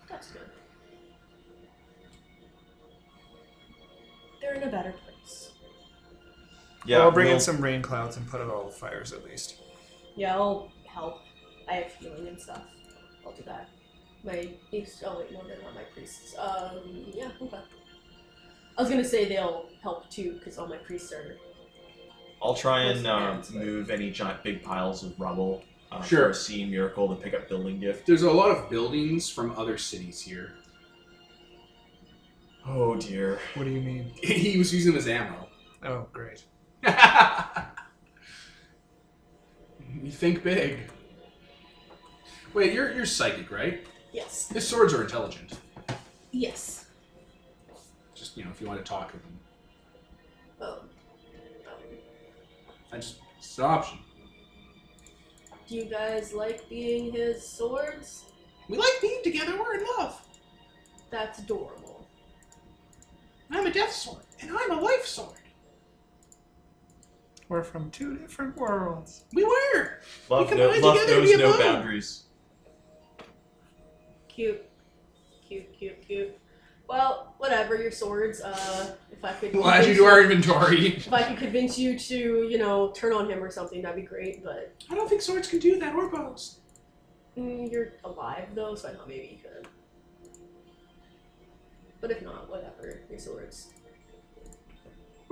Speaker 2: that's good. They're in a better place.
Speaker 5: Yeah,
Speaker 3: Well, I'll bring in
Speaker 5: we'll-
Speaker 3: some rain clouds and put out all the fires at least.
Speaker 2: Yeah, I'll help. I have healing and stuff. I'll do that. My priest. Oh wait, no, they're not my priests. Um, yeah, okay. I was gonna say they'll help too, because all my priests are.
Speaker 5: I'll try and
Speaker 2: Listen,
Speaker 5: um,
Speaker 2: it's like-
Speaker 5: move any giant big piles of rubble. Uh,
Speaker 1: Sure.
Speaker 5: For a scene miracle to pick up building gift.
Speaker 1: There's a lot of buildings from other cities here.
Speaker 5: Oh dear.
Speaker 3: What do you mean?
Speaker 1: he was using them as ammo.
Speaker 3: Oh, great.
Speaker 1: you think big. Wait, you're you're psychic, right?
Speaker 2: Yes.
Speaker 1: His swords are intelligent.
Speaker 2: Yes.
Speaker 1: Just you know, if you want to talk to them,
Speaker 2: Um,
Speaker 1: I just it's an option.
Speaker 2: do you guys like being his swords?
Speaker 1: We like being together. We're in love.
Speaker 2: That's adorable.
Speaker 1: I'm a death sword, and I'm a life sword.
Speaker 3: We're from two different worlds.
Speaker 1: We were.
Speaker 5: Love,
Speaker 1: can
Speaker 5: no,
Speaker 1: ride
Speaker 5: love
Speaker 1: together and
Speaker 5: knows
Speaker 1: be
Speaker 5: no
Speaker 1: alone.
Speaker 5: boundaries.
Speaker 2: Cute. Cute, cute, cute. Well, whatever, your swords. Uh, if I could.
Speaker 1: We'll add you to our inventory.
Speaker 2: If I could convince you to, you know, turn on him or something, that'd be great, but
Speaker 1: I don't think swords can do that, or bows.
Speaker 2: mm, you're alive though, so I thought maybe you could. But if not, whatever, your swords.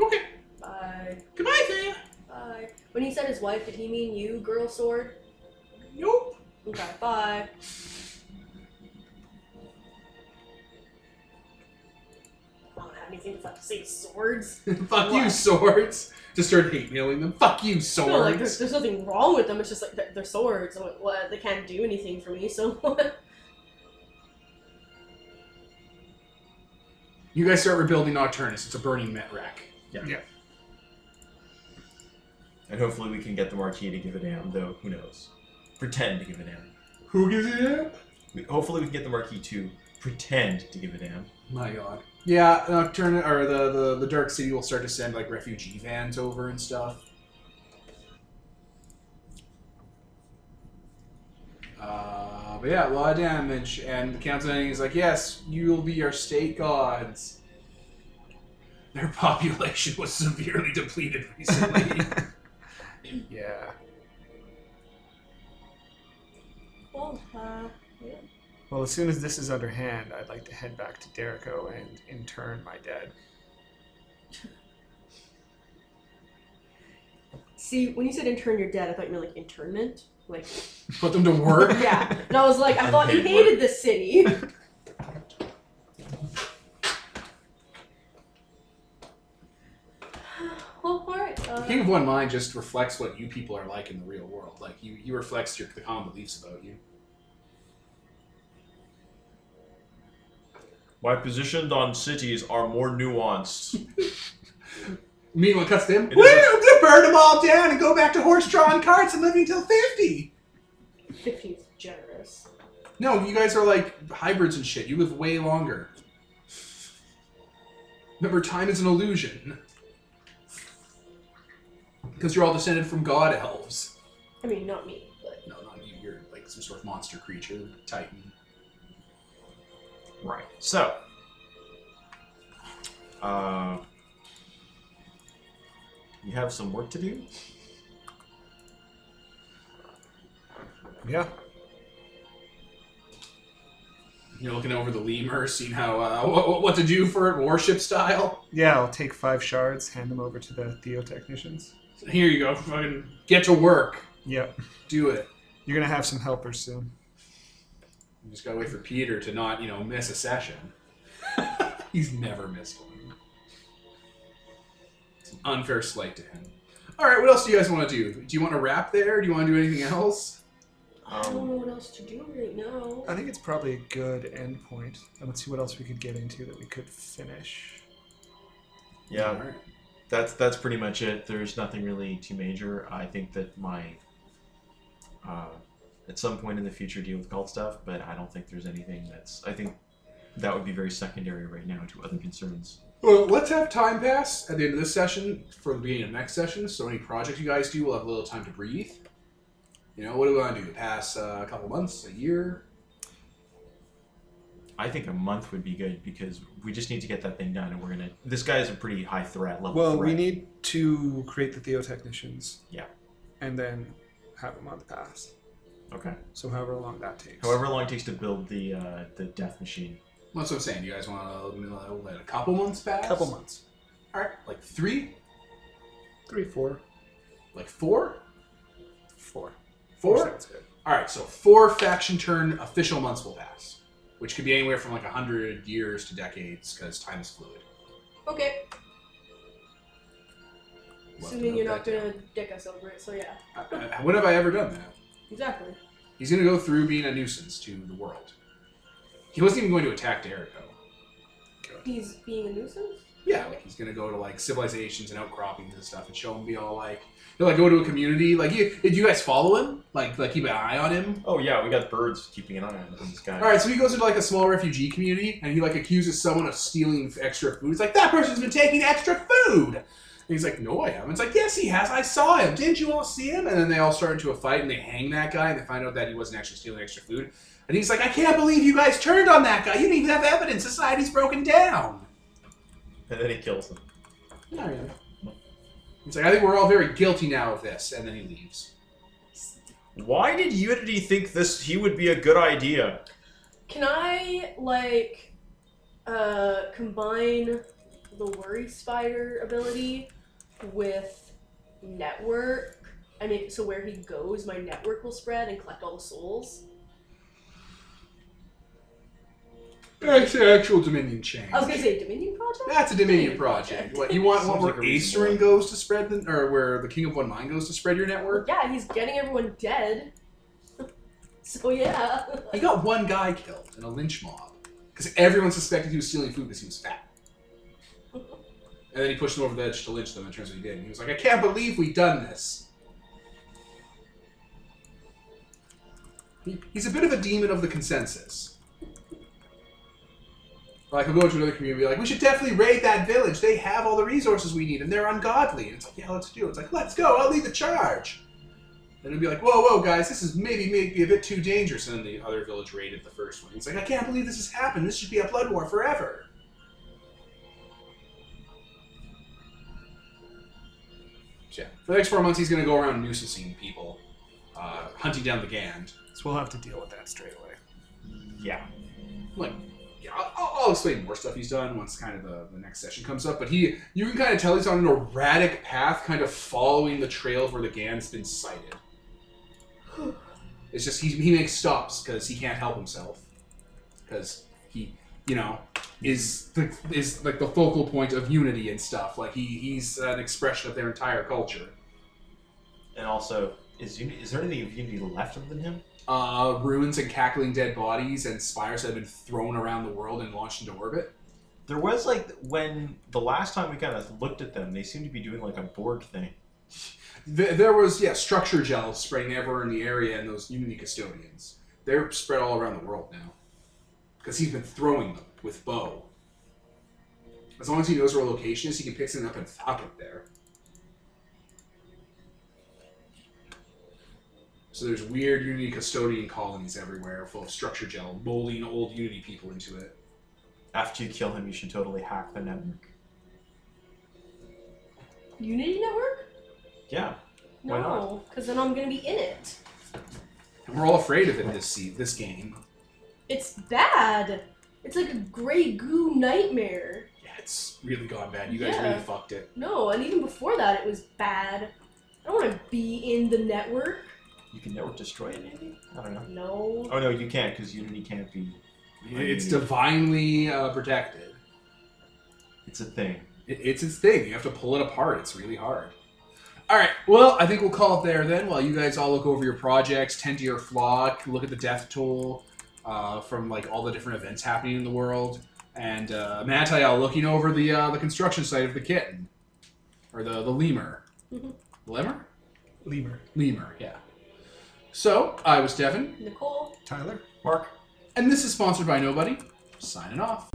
Speaker 1: Okay.
Speaker 2: Bye.
Speaker 1: Goodbye, Thea.
Speaker 2: Bye. When he said his wife, did he mean you, girl sword?
Speaker 1: Nope.
Speaker 2: Okay, bye. I don't have anything to say swords.
Speaker 1: Fuck you,
Speaker 2: What?
Speaker 1: swords. Just start hate mailing them. Fuck you,
Speaker 2: No,
Speaker 1: swords.
Speaker 2: like there's, there's nothing wrong with them. It's just like they're, they're swords. I'm like, what? They can't do anything for me. So what?
Speaker 1: You guys start rebuilding Nocturnus. It's a burning met wreck.
Speaker 5: And hopefully we can get the Marquis to give a damn, though who knows? Pretend to give a damn.
Speaker 1: Who gives a damn?
Speaker 5: We, hopefully we can get the Marquis to pretend to give a damn.
Speaker 1: My God. Yeah, Nocturnus or the, the the Dark City will start to send like refugee vans over and stuff. Uh, but yeah, a lot of damage, and the council ending is like, yes, you'll be our state gods. Their population was severely depleted recently.
Speaker 3: Yeah.
Speaker 2: well, uh,
Speaker 3: Well, as soon as this is under hand, I'd like to head back to Derico and intern my dad.
Speaker 2: see, when you said intern, you're dead. I thought you meant like internment. Like
Speaker 1: Put them to work.
Speaker 2: yeah. And I was like, I thought you
Speaker 5: Unpaid work.
Speaker 2: hated this city. well, all right.
Speaker 1: The
Speaker 2: Uh,
Speaker 1: King of One Mind just reflects what you people are like in the real world. Like you, you reflects your the common beliefs about you.
Speaker 5: My positions on cities are more nuanced.
Speaker 1: Meanwhile, it cuts to him.
Speaker 5: It
Speaker 1: Woo!
Speaker 5: is a-
Speaker 1: I'm gonna burn them all down and go back to horse-drawn carts and living till fifty.
Speaker 2: Fifteen's generous.
Speaker 1: No, you guys are like hybrids and shit. You live way longer. Remember, time is an illusion. Because you're all descended from god elves.
Speaker 2: I mean, not me, but
Speaker 1: No, not you. You're like some sort of monster creature, titan.
Speaker 5: right. So. Uh. You have some work to do?
Speaker 3: Yeah.
Speaker 1: You're looking over the lemur, seeing how uh, what, what to do for it, warship style.
Speaker 3: Yeah, I'll take five shards, hand them over to the Theo technicians.
Speaker 1: Here you go. Fucking get to work.
Speaker 3: Yep.
Speaker 1: Do it.
Speaker 3: You're gonna have some helpers soon.
Speaker 1: You just gotta wait for Peter to not, you know, miss a session. He's never missed one. It's an unfair slight to him. All right, what else do you guys want to do? Do you want to wrap there? Do you want to do anything else?
Speaker 2: I don't
Speaker 5: Um,
Speaker 2: know what else to do right now.
Speaker 3: I think it's probably a good end point. And let's see what else we could get into that we could finish.
Speaker 5: yeah,
Speaker 1: All right.
Speaker 5: that's that's pretty much it. There's nothing really too major. I think that my uh, at some point in the future deal with cult stuff, but I don't think there's anything that's. I think
Speaker 4: that would be very secondary right now to other concerns.
Speaker 1: Well, let's have time pass at the end of this session for the beginning of next session. So any projects you guys do, we'll have a little time to breathe. You know, what do we want to do? Pass uh, a couple months, a year?
Speaker 4: I think a month would be good because we just need to get that thing done, and we're gonna. This guy is a pretty high threat level.
Speaker 3: Well,
Speaker 4: threat.
Speaker 3: we need to create the theotechnicians.
Speaker 4: Yeah.
Speaker 3: And then have a month pass.
Speaker 4: Okay.
Speaker 3: So however long that takes.
Speaker 4: However long it takes to build the uh, the death machine.
Speaker 1: That's what I'm saying. Do you guys want to let a couple months pass?
Speaker 3: couple months.
Speaker 1: All right, like three,
Speaker 3: Three, four,
Speaker 1: like four,
Speaker 3: four.
Speaker 1: four.
Speaker 3: Sounds good.
Speaker 1: All right, so four faction turn official months will pass, which could be anywhere from like hundred years to decades because time is fluid.
Speaker 2: Okay.
Speaker 1: We'll have to
Speaker 2: Assuming you're
Speaker 1: note
Speaker 2: not
Speaker 1: that
Speaker 2: gonna dick us over it, so yeah.
Speaker 1: down. I- I- When have I ever done that?
Speaker 2: Exactly.
Speaker 1: He's going to go through being a nuisance to the world. He wasn't even going to attack Derico.
Speaker 2: He's being a nuisance?
Speaker 1: Yeah, like he's gonna go to like civilizations and outcroppings and stuff, and show him be all like, he'll like go to a community. Like, you, did you guys follow him? Like, like keep an eye on him.
Speaker 4: Oh yeah, we got birds keeping an eye on this guy.
Speaker 1: All right, so he goes into like a small refugee community, and he like accuses someone of stealing extra food. He's like, that person's been taking extra food. And he's like, no, I haven't. It's like, yes, he has. I saw him. Didn't you all see him? And then they all start into a fight, and they hang that guy, and they find out that he wasn't actually stealing extra food. And he's like, I can't believe you guys turned on that guy. You didn't even have evidence. Society's broken down.
Speaker 4: And then he kills them.
Speaker 1: No, yeah. He's like, I think we're all very guilty now of this, and then he leaves.
Speaker 4: Why did Unity think this he would be a good idea?
Speaker 2: Can I like uh combine the worry spider ability with network? I mean so where he goes my network will spread and collect all the souls.
Speaker 1: That's an actual Dominion change.
Speaker 2: I was gonna say Dominion Project?
Speaker 1: That's a Dominion project. What you want? What
Speaker 4: Sounds
Speaker 1: where
Speaker 4: like a reasonable
Speaker 1: Acerin
Speaker 4: one.
Speaker 1: goes to spread the, or where the King of One Mind goes to spread your network?
Speaker 2: Yeah, he's getting everyone dead. so yeah.
Speaker 1: He got one guy killed in a lynch mob because everyone suspected he was stealing food because he was fat. And then he pushed them over the edge to lynch them, and it turns out he did. And he was like, I can't believe we done this. He, he's a bit of a demon of the consensus. Like, he'll go to another community and be like, we should definitely raid that village. They have all the resources we need, and they're ungodly. And it's like, yeah, let's do it. It's like, let's go. I'll lead the charge. And he'll be like, whoa, whoa, guys, this is maybe maybe a bit too dangerous. And then the other village raided the first one. He's like, I can't believe this has happened. This should be a blood war forever. So, yeah, for the next four months, he's going to go around nuisancing people, uh, hunting down the Gand.
Speaker 3: So we'll have to deal with that straight away.
Speaker 4: Yeah.
Speaker 1: Like, yeah, I'll- I'll, I'll explain more stuff he's done once kind of the, the next session comes up. But he, you can kind of tell he's on an erratic path, kind of following the trail of where the Gand's been sighted. It's just he, he makes stops because he can't help himself because he, you know, is the, is like the focal point of unity and stuff. Like he, he's an expression of their entire culture.
Speaker 4: And also, is Unity, is there anything of Unity left other than him?
Speaker 1: uh, ruins and cackling dead bodies and spires that have been thrown around the world and launched into orbit.
Speaker 4: There was like when the last time we kind of looked at them, they seemed to be doing like a Borg thing.
Speaker 1: Th- there was, yeah, structure gel spreading everywhere in the area and those Unity custodians. They're spread all around the world now. Because he's been throwing them with bow. As long as he knows where a location is, he can pick something up and fuck it there. So there's weird Unity custodian colonies everywhere full of structure gel, molding old Unity people into it.
Speaker 4: After you kill him, you should totally hack the network.
Speaker 2: Unity network?
Speaker 4: Yeah. Why not?
Speaker 2: No, because then I'm gonna be in it.
Speaker 1: And we're all afraid of it this se- this game.
Speaker 2: It's bad. It's like a gray goo nightmare.
Speaker 1: Yeah, it's really gone bad. You guys
Speaker 2: Yeah.
Speaker 1: really fucked it.
Speaker 2: No, and even before that, it was bad. I don't want to be in the network.
Speaker 4: You can network destroy it, maybe? I don't know.
Speaker 2: No.
Speaker 4: Oh no, you can't because Unity can't be.
Speaker 1: It's
Speaker 4: mean-
Speaker 1: divinely uh, protected.
Speaker 4: It's a thing.
Speaker 1: It, it's its thing. You have to pull it apart. It's really hard. All right. Well, I think we'll call it there then. While you guys all look over your projects, tend to your flock, look at the death toll uh, from like all the different events happening in the world, and uh, Mattiel looking over the uh, the construction site of the kitten or the the lemur.
Speaker 2: Mhm.
Speaker 1: Lemur?
Speaker 3: Lemur.
Speaker 1: Lemur. Yeah. So I was Devin.
Speaker 2: Nicole.
Speaker 3: Tyler?
Speaker 4: Mark,
Speaker 1: And this is sponsored by nobody. signing off.